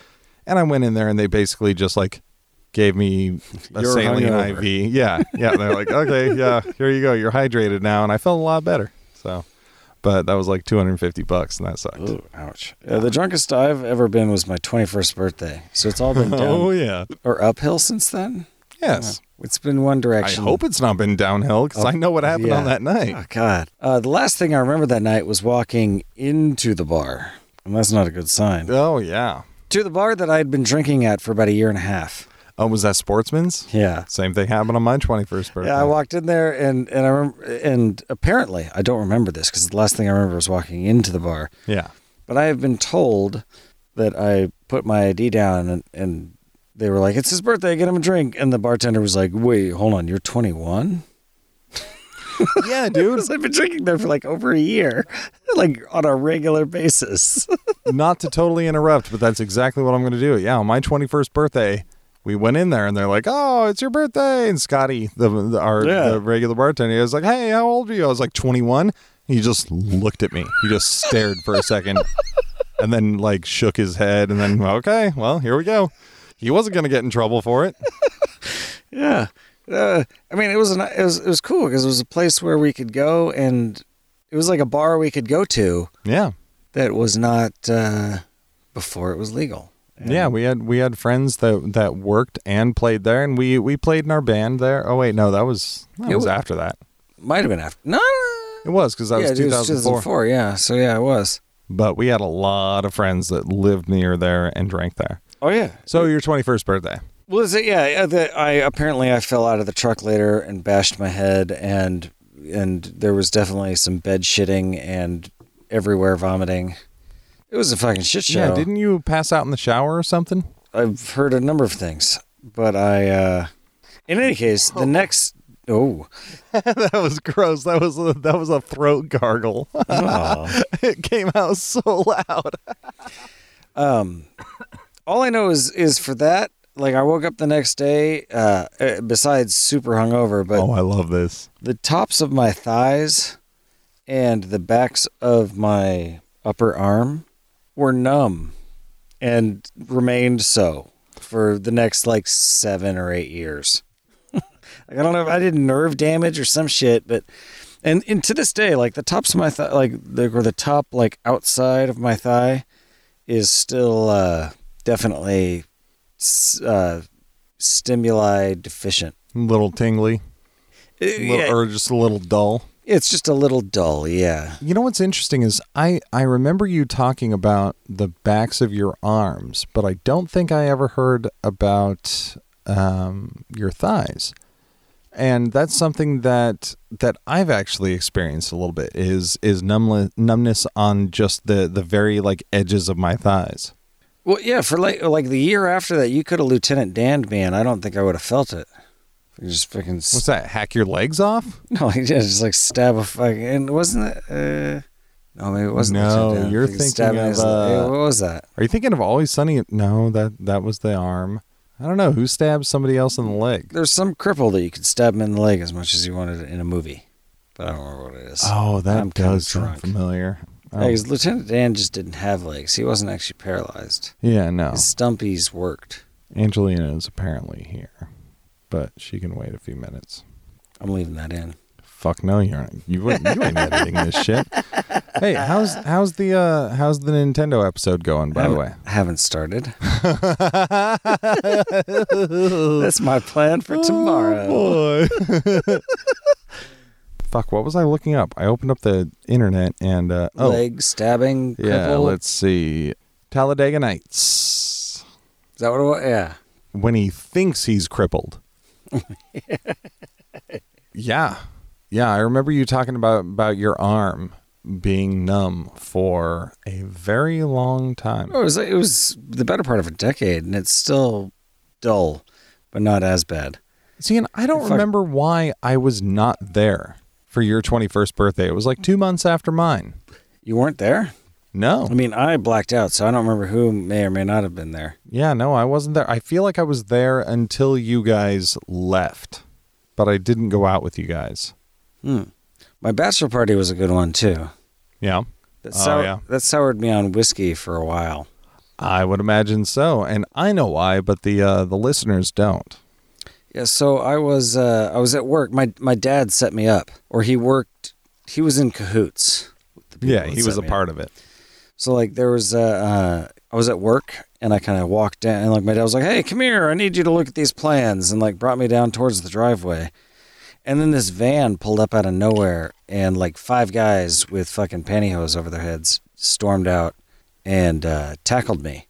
And I went in there, and they basically just like gave me a
You're
saline
hungover.
IV. Yeah, yeah. They're like, "Okay, yeah, here you go. You're hydrated now," and I felt a lot better. So, but that was like 250 bucks, and that sucked.
Ooh, ouch. Uh, the drunkest I've ever been was my 21st birthday. So it's all been down
*laughs* Oh yeah.
or uphill since then.
Yes.
It's been one
I
direction.
hope it's not been downhill because I know what happened
Oh, yeah.
on that
Oh
night.
God. Uh, the last thing I remember that night was walking into the bar, and that's not a good sign.
Oh yeah.
To the bar that I had been drinking at for about a year and a half.
Oh, was that Sportsman's?
Yeah.
Same thing happened on my 21st birthday.
Yeah, I walked in there and and I remember, and apparently I don't remember this because the last thing I remember was walking into the bar.
yeah.
But I have been told that I put my ID down and, and they were like, "It's his birthday, get him a drink." And the bartender was like, "Wait, hold on, you're 21."
*laughs*
*laughs*
Yeah, dude.
Because I've been drinking there for like over a year, *laughs* like on a regular basis. *laughs*
not to totally interrupt, but that's exactly what I'm going to do. Yeah, on my 21st birthday, we went in there and they're like, "Oh, it's your birthday!" And Scotty, the, the our
Yeah.
the regular bartender, he was like, "Hey, how old are you?" I was like, "21." He just looked at me. He just stared for a second, and then like shook his head, and then okay, well, here we go. He wasn't going to get in trouble for it.
Yeah. Uh, I mean, it was an, it was it was cool because it was a place where we could go and it was like a bar we could go to
Yeah,
that was not uh, before it was legal.
yeah. We had we had friends that that worked and played there, and we we played in our band there. Oh wait, no, that was that
It
was
wa-
after that.
Might have been after. No,
It
no,
was because that
no. yeah,
was
it was
2004.
2004. Yeah, so yeah, it was.
but we had a lot of friends that lived near there and drank there.
Oh yeah.
So your 21st birthday.
Well, is it? Yeah. yeah, The, I apparently I fell out of the truck later and bashed my head and and there was definitely some bed shitting and everywhere vomiting. It was a fucking shit show.
Yeah, didn't you pass out in the shower or something? *laughs*
I've heard a number of things, but I, uh, in any case, the next, oh,
that was gross. That was a, that was a throat gargle.
Aw.
*laughs* it came out so loud.
all I know is, is for that, like I woke up the next day, uh, uh, besides super hungover, but
Oh, I love this.
the tops of my thighs and the backs of my upper arm were numb and remained so for the next like seven or eight years. *laughs* like I don't know if I did nerve damage or some shit, but and, and to this day, like the tops of my thigh, like the, or the top like outside of my thigh is still uh, definitely s- uh, stimuli deficient.
little tingly, little,
Yeah,
or just a little dull.
It's just a little dull, yeah.
You know what's interesting is I I remember you talking about the backs of your arms, but I don't think I ever heard about um, your thighs. And that's something that that I've actually experienced a little bit is is numbness numbness on just the the very like edges of my thighs.
Well, yeah, for like like the year after that, you could have Lieutenant Danned me, and I don't think I would have felt it. I just fucking s-
What's that? Hack your legs off?
no, I just, just *laughs* like stab a fucking. And wasn't it? Uh, no, maybe it wasn't.
No,
Lieutenant Danned.
you're
I think it's
thinking
stabbing
of,
his- hey,
uh,
what was that?
Are you thinking of Always Sunny? No, that that was the arm. I don't know who stabbed somebody else in the leg.
There's some cripple that you could stab him in the leg as much as you wanted in a movie, but I don't remember what it is.
Oh, that
I'm kinda
does sound
drunk.
familiar. Oh,
Because Lieutenant Dan just didn't have legs. He wasn't actually paralyzed.
yeah, no.
His stumpies worked.
Angelina is apparently here, but she can wait a few minutes.
I'm leaving that in.
Fuck no, you're not, you wouldn't- you ain't editing this shit. Hey, how's how's the uh how's the Nintendo episode going? By the way,
I haven't
*laughs*
started. *laughs* That's my plan for
Oh,
tomorrow.
fuck, what was I looking up? I opened up the internet and uh, oh
Leg stabbing.
yeah,
cripple.
let's see, Talladega Nights.
Is that what it was? Yeah.
when he thinks he's crippled. yeah. Yeah, I remember you talking about about your arm being numb for a very long time.
Oh, It was, it was the better part of a decade, and it's still dull, but not as bad.
See, and I don't
Fuck.
remember why I was not there for your 21st birthday. It was like 2 months after mine.
You weren't there? I
No.
mean, I blacked out, so I don't remember who may or may not have been there.
Yeah, no, I wasn't there. I feel like I was there until you guys left, but I didn't go out with you guys.
Hmm. My bachelor party was a good one, too.
Yeah.
That,
Oh,
sour-
yeah.
that soured me on whiskey for a while.
I would imagine so, and I know why, but the uh, the listeners don't.
Yeah, so I was uh, I was at work. My my dad set me up, or he worked. He was in cahoots. With the people
Yeah,
that
he
set
was a
me up.
part of it.
So like there was uh, uh I was at work and I kind of walked down and like my dad was like, "Hey, come here. I need you to look at these plans." And like brought me down towards the driveway. And then this van pulled up out of nowhere and like five guys with fucking pantyhose over their heads stormed out and uh, tackled me.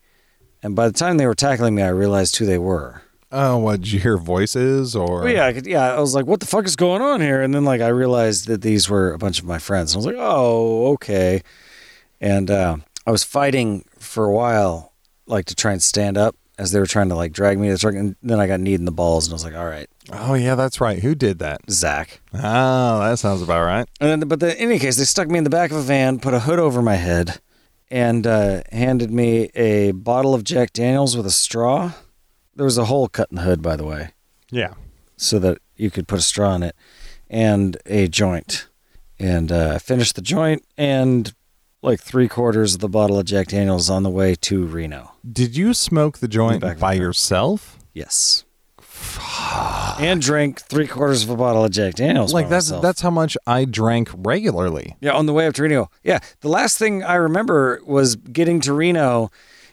And by the time they were tackling me, I realized who they were.
Oh, what did you hear voices or?
Well, yeah, I could, yeah. I was like, "What the fuck is going on here?" And then like I realized that these were a bunch of my friends. I was like, "Oh, okay." And uh, I was fighting for a while, like to try and stand up as they were trying to like drag me to the truck. And then I got kneed in the balls, and I was like, "All right,
Oh yeah, that's right. Who did that?
Zach."
Oh, that sounds about right.
And then, but then, in any case, they stuck me in the back of a van, put a hood over my head, and uh, handed me a bottle of Jack Daniels with a straw. There was a hole cut in the hood, by the way.
Yeah.
so that you could put a straw in it and a joint. And uh, I finished the joint and like three quarters of the bottle of Jack Daniels on the way to Reno.
Did you smoke the joint
Back of
by
the car.
yourself?
Yes. And drank three quarters of a bottle of Jack Daniels.
Like
by
that's
myself.
that's how much I drank regularly.
Yeah, on the way up to Reno. Yeah, the last thing I remember was getting to Reno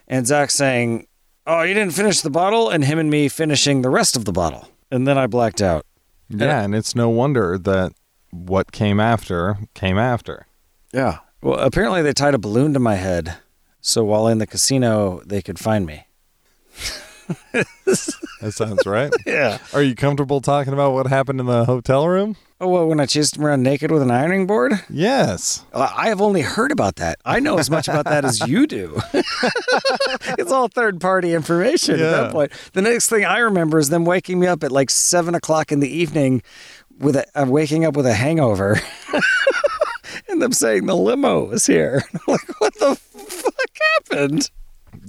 and Zach saying, "Oh, you didn't finish the bottle," and him and me finishing the rest of the bottle. And then I blacked out.
Yeah, and it's no wonder that what came after came after.
Yeah. Well, apparently they tied a balloon to my head, so while in the casino they could find me.
That sounds *laughs* right.
Yeah.
Are you comfortable talking about what happened in the hotel room?
Oh well, when I chased him around naked with an ironing board,
Yes.
I I have only heard about that. I know as much about that as you do. *laughs* it's all third party information at
Yeah.
that point. The next thing I remember is them waking me up at like seven o'clock in the evening with a uh, waking up with a hangover. *laughs* And them saying the limo was here. *laughs* I'm like, what the fuck happened?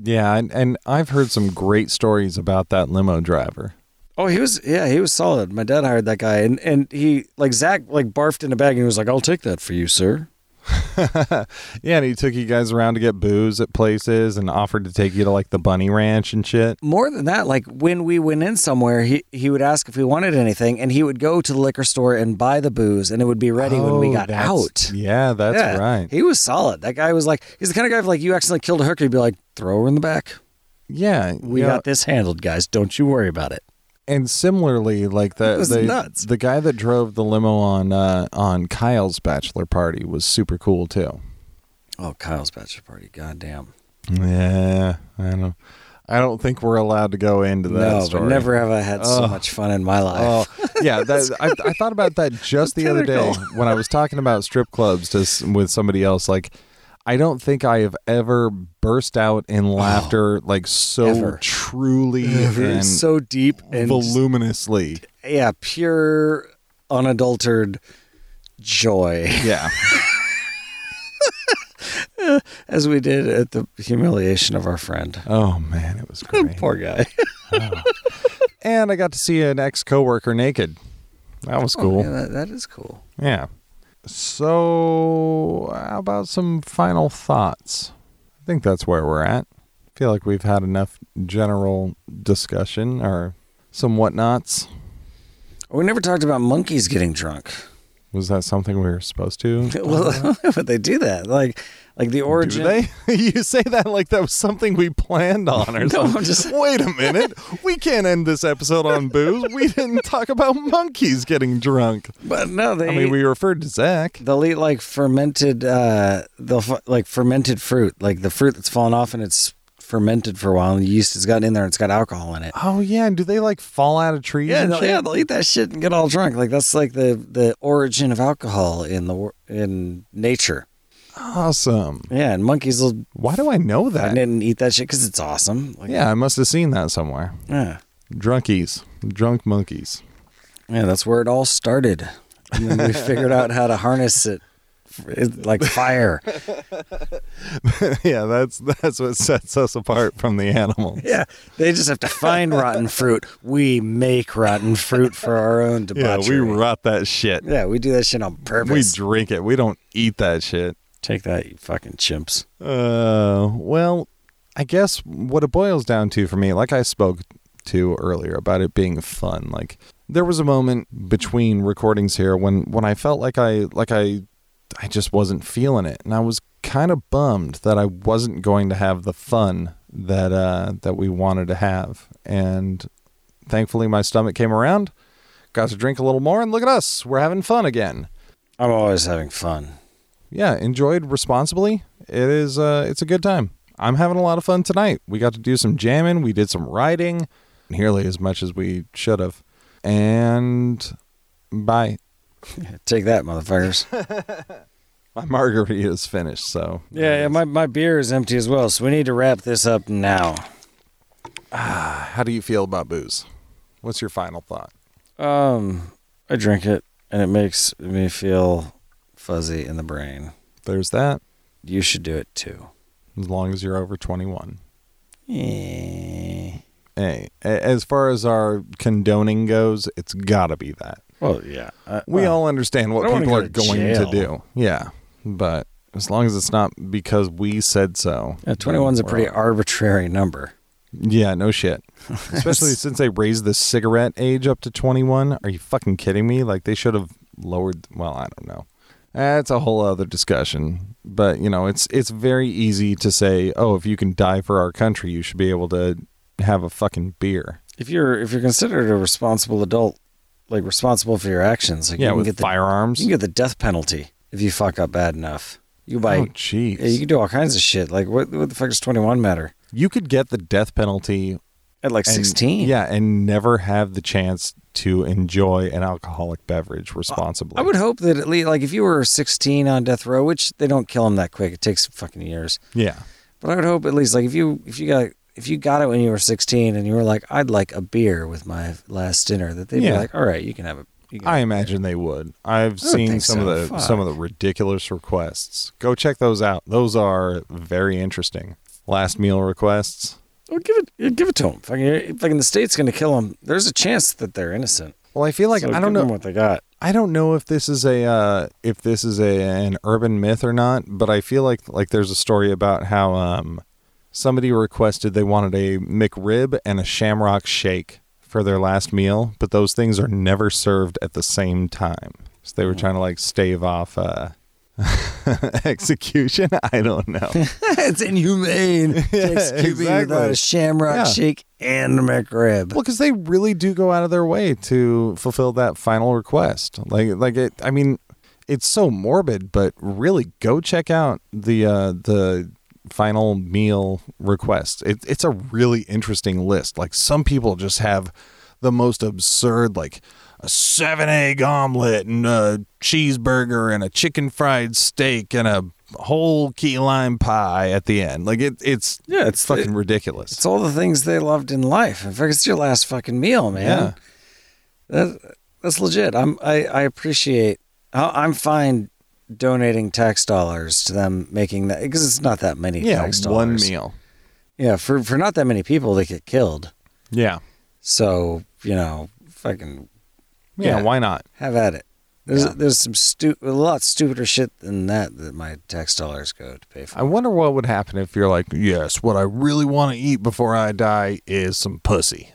Yeah, and, and I've heard some great stories about that limo driver. *laughs*
Oh, he was yeah, he was solid. My dad hired that guy, and and he like Zach like barfed in a bag, and he was like, "I'll take that for you, sir."
Yeah, and he took you guys around to get booze at places and offered to take you to like the bunny ranch and shit.
More than that, like when we went in somewhere, he, he would ask if we wanted anything, and he would go to the liquor store and buy the booze, and it would be ready when we
Oh,
got
that's-
out.
Yeah, that's
Yeah,
right.
He was solid. That guy was like, he's the kind of guy if like you accidentally killed a hooker, he'd be like, throw her in the back.
yeah,
We
you know,
got this handled, guys. Don't you worry about it.
and similarly, like the
It was
the,
nuts.
the guy that drove the limo on uh, on Kyle's bachelor party was super cool too.
Oh, Kyle's bachelor party. Goddamn.
Yeah, I don't, I don't think we're allowed to go into that
No,
story.
but never have I had so much fun in my
Oh,
life. *laughs*
yeah. That, I, I thought about that just the other day when I was talking about strip clubs to, s- with somebody else. Like, I don't think I have ever burst out in laughter like so
Oh. Ever.
truly Oh, and
so deep and
voluminously.
yeah, pure, unadulterated joy *laughs*
Yeah.
as we did at the humiliation of our friend.
Oh man, it was great.
Poor guy. *laughs*
and I got to see an ex coworker naked. That was cool.
Oh, Yeah, that, that is cool.
Yeah. So, how about some final thoughts? I think that's where we're at. I feel like we've had enough general discussion or some whatnots.
We never talked about monkeys getting drunk. *laughs*
Was that something we were supposed to?
Well, *laughs* but they do that. Like, like the
Do
origin.
they? *laughs* you say that like that was something we planned on
*laughs*
or something.
I'm just-
*laughs* Wait a minute. We can't end this episode on booze.
*laughs*
We didn't talk about monkeys getting drunk.
But no, they.
I mean, we referred to Zach.
They'll eat like fermented, uh, they'll f- like fermented fruit, like the fruit that's fallen off and it's fermented for a while, and the yeast has gotten in there and it's got alcohol in it.
Oh, yeah. And do they like fall out of trees?
Yeah,
and
they'll,
shit?
yeah, they'll eat that shit and get all drunk. Like that's like the the origin of alcohol in the wor- in nature.
Awesome.
Yeah, and monkeys will
Why do I know that?
find it and eat that shit because it's awesome. Like,
Yeah, I must have seen that somewhere.
yeah,
Drunkies, drunk monkeys.
yeah, that's where it all started. And then we figured out how to harness it, it like
*laughs*
fire.
*laughs* yeah, that's that's what sets us apart from the *laughs* animals.
Yeah, they just have to find rotten fruit. We make rotten fruit for our own
*laughs* Yeah,
debauchery.
we rot that shit.
Yeah, we do that shit on
We
purpose.
drink it. We don't eat that shit.
Take that, you fucking chimps.
Uh, well, I guess what it boils down to for me, like I spoke to earlier about it being fun. Like there was a moment between recordings here when when I felt like I like I I just wasn't feeling it, and I was kind of bummed that I wasn't going to have the fun that uh, that we wanted to have. And thankfully, my stomach came around, got to drink a little more, and look at us, we're having fun again
I'm always having fun.
yeah, enjoyed responsibly. It is uh it's a good time. I'm having a lot of fun tonight. We got to do some jamming, we did some writing, nearly as much as we should have. And bye.
Take that, motherfuckers.
My *laughs* margarita is finished, so
Yeah, yeah my, my beer is empty as well, so we need to wrap this up now.
how do you feel about booze? What's your final thought?
Um, I drink it, and it makes me feel fuzzy in the brain.
There's that.
You should do it too.
As long as you're over 21.
Eh.
Hey, a- as far as our condoning goes, it's got to be that.
Well, yeah. I, uh,
We
well,
all understand what
I don't wanna
people
go
are
to
going to
jail.
do. Yeah. But as long as it's not because we said so.
yeah, 21's a
we're
pretty
all-
arbitrary number.
Yeah, no
*laughs*
shit. Especially since they raised the cigarette age up to 21. Are you fucking kidding me? Like they should have lowered well, I don't know. That's a whole other discussion. But, you know, it's it's very easy to say, "Oh, if you can die for our country, you should be able to have a fucking beer."
If you're if you're considered a responsible adult, like responsible for your actions, like
yeah,
you can
with
get the,
firearms.
you can get the death penalty if you fuck up bad enough. You buy,
oh, jeez.
yeah, you can do all kinds of shit. Like what what the fuck does 21 matter?
you could get the death penalty
At like
and-
16.
Yeah, and never have the chance to enjoy an alcoholic beverage responsibly.
I would hope that at least, like, if you were 16 on death row, which they don't kill them that quick, it takes fucking years.
Yeah.
But I would hope at least, like, if you if you got if you got it when you were 16 and you were like, I'd like a beer with my last dinner, that they'd be
Yeah.
like, all right, you can have a. You can
I
have
imagine they would. I've
I would
seen
think
some
so.
of the
Fuck.
some of the ridiculous requests. Go check those out. Those are very interesting. Last meal requests.
well, give it give it to eh, them. Fucking, fucking the state's gonna kill them. There's a chance that they're innocent.
Well, I feel like
So
I don't
give 'em
know.
what they got.
I don't know if this is a uh, if this is a an urban myth or not, but I feel like like there's a story about how um, somebody requested they wanted a McRib and a Shamrock Shake for their last meal, but those things are never served at the same time. So they were trying to like stave off uh, *laughs* execution. I don't know.
*laughs* it's inhumane. *laughs* to execute me without
exactly.
a shamrock
Yeah.
shake and a McRib.
Well, because they really do go out of their way to fulfill that final request. Like, like it. I mean, it's so morbid, but really, go check out the uh, the final meal request. It, it's a really interesting list. Like, some people just have the most absurd, like a seven egg omelet and a cheeseburger and a chicken fried steak and a whole key lime pie at the end. Like, it, it's
Yeah, it's-
fucking ridiculous.
It's all the things they loved in life. In fact, it's your last fucking meal, man. That, that's legit. I'm I, I appreciate. I- I'm fine donating tax dollars to them making that because it's not that many
yeah,
tax dollars.
one meal.
Yeah, for for not that many people, they get killed.
Yeah.
So you know, fucking
Yeah,
Yeah.
why not?
have at it. There's
Yeah.
there's some stu- a lot stupider shit than that that my tax dollars go to pay for.
I wonder what would happen if you're like, yes, what I really want to eat before I die is some *laughs* pussy.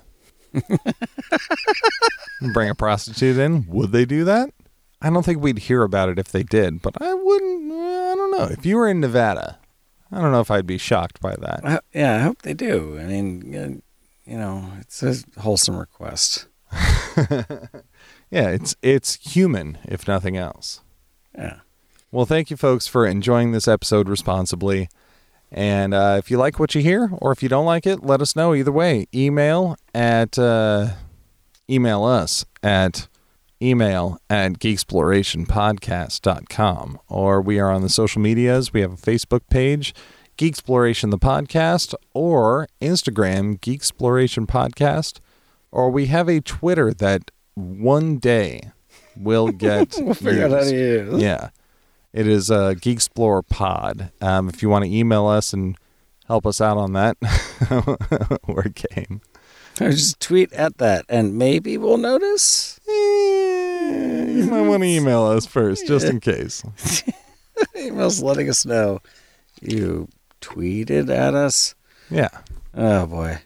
Bring a prostitute in. Would they do that? I don't think we'd hear about it if they did, but I wouldn't. uh, I don't know. If you were in Nevada, I don't know if I'd be shocked by *laughs* that.
I, yeah, I hope they do. I mean, uh, you know, it's a wholesome request.
Yeah, it's it's human, if nothing else.
Yeah.
Well, thank you, folks, for enjoying this episode responsibly. And uh, if you like what you hear, or if you don't like it, let us know. Either way, email at uh, email us at email at geeksplorationpodcast.com. Or we are on the social medias. We have a Facebook page, Geeksploration the Podcast, or Instagram, Geeksploration Podcast. Or we have a Twitter that one day
*laughs*
will get we'll
Figure out how to use.
yeah. It is uh, Geeksplorer Pod. Um, if you want to email us and help us out on that, *laughs* we're game.
Or just tweet at that, and maybe we'll notice. *laughs*
Eh, You might want to email us first, just in case.
Email's letting us know you tweeted at us.
Yeah.
Oh boy, I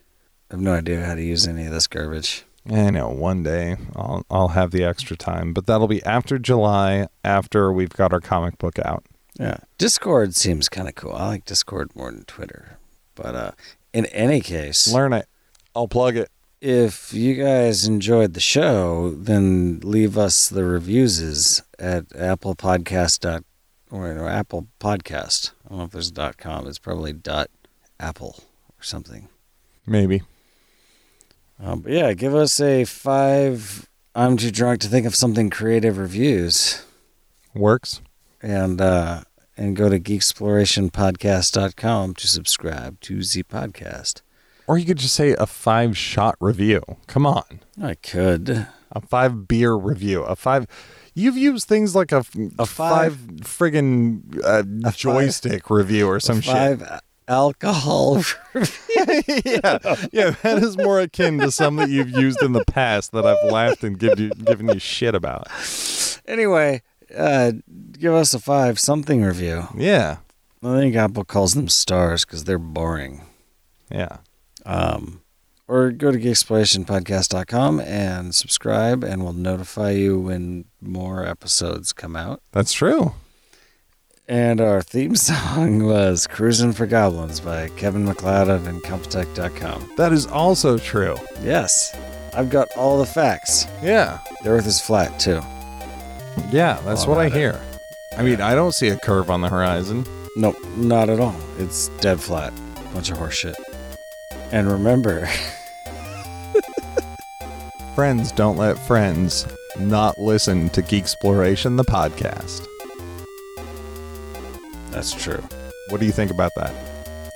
have no idea how to use any of this garbage.
I know one day I'll, I'll have the extra time, but that'll be after July, after we've got our comic book out.
Yeah, Discord seems kind of cool. I like Discord more than Twitter, but uh, in any case,
Learn it. I'll plug it.
if you guys enjoyed the show, then leave us the reviews at Apple Podcast dot or, or Apple Podcast. I don't know if there's a dot com. It's probably dot Apple or something.
Maybe.
Um, but yeah, give us a five. I'm too drunk to think of something creative reviews,
Works.
and uh, and go to geeksplorationpodcast.com to subscribe to the podcast.
Or you could just say a five shot review. Come on.
I could.
a five beer review a five you've used things like a, a five, friggin uh, joystick review or some
Five alcohol. *laughs*
shit *laughs* yeah yeah that is more akin to some that you've used in the past that i've laughed and give you, given you shit about
anyway, uh, give us a five something review.
yeah
I think Apple calls them stars because they're boring.
yeah
Um, or go to geeksplorationpodcast.com and subscribe, and we'll notify you when more episodes come out.
that's true
And our theme *laughs* song was Cruisin' for Goblins by Kevin McLeod of Incompetech.com.
that is also true
Yes, I've got all the facts.
yeah
The earth is flat, too.
yeah that's
All
what i
right.
hear i mean i don't see a curve on the horizon
Nope, not at all. It's dead flat. Bunch of horseshit. And remember,
friends don't let friends not listen to geeksploration the podcast
that's true.
what do you think about that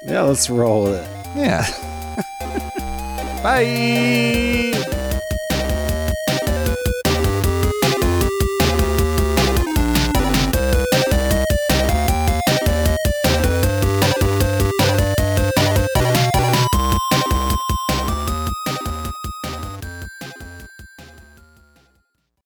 Yeah, let's roll with it.
Yeah. *laughs* Bye.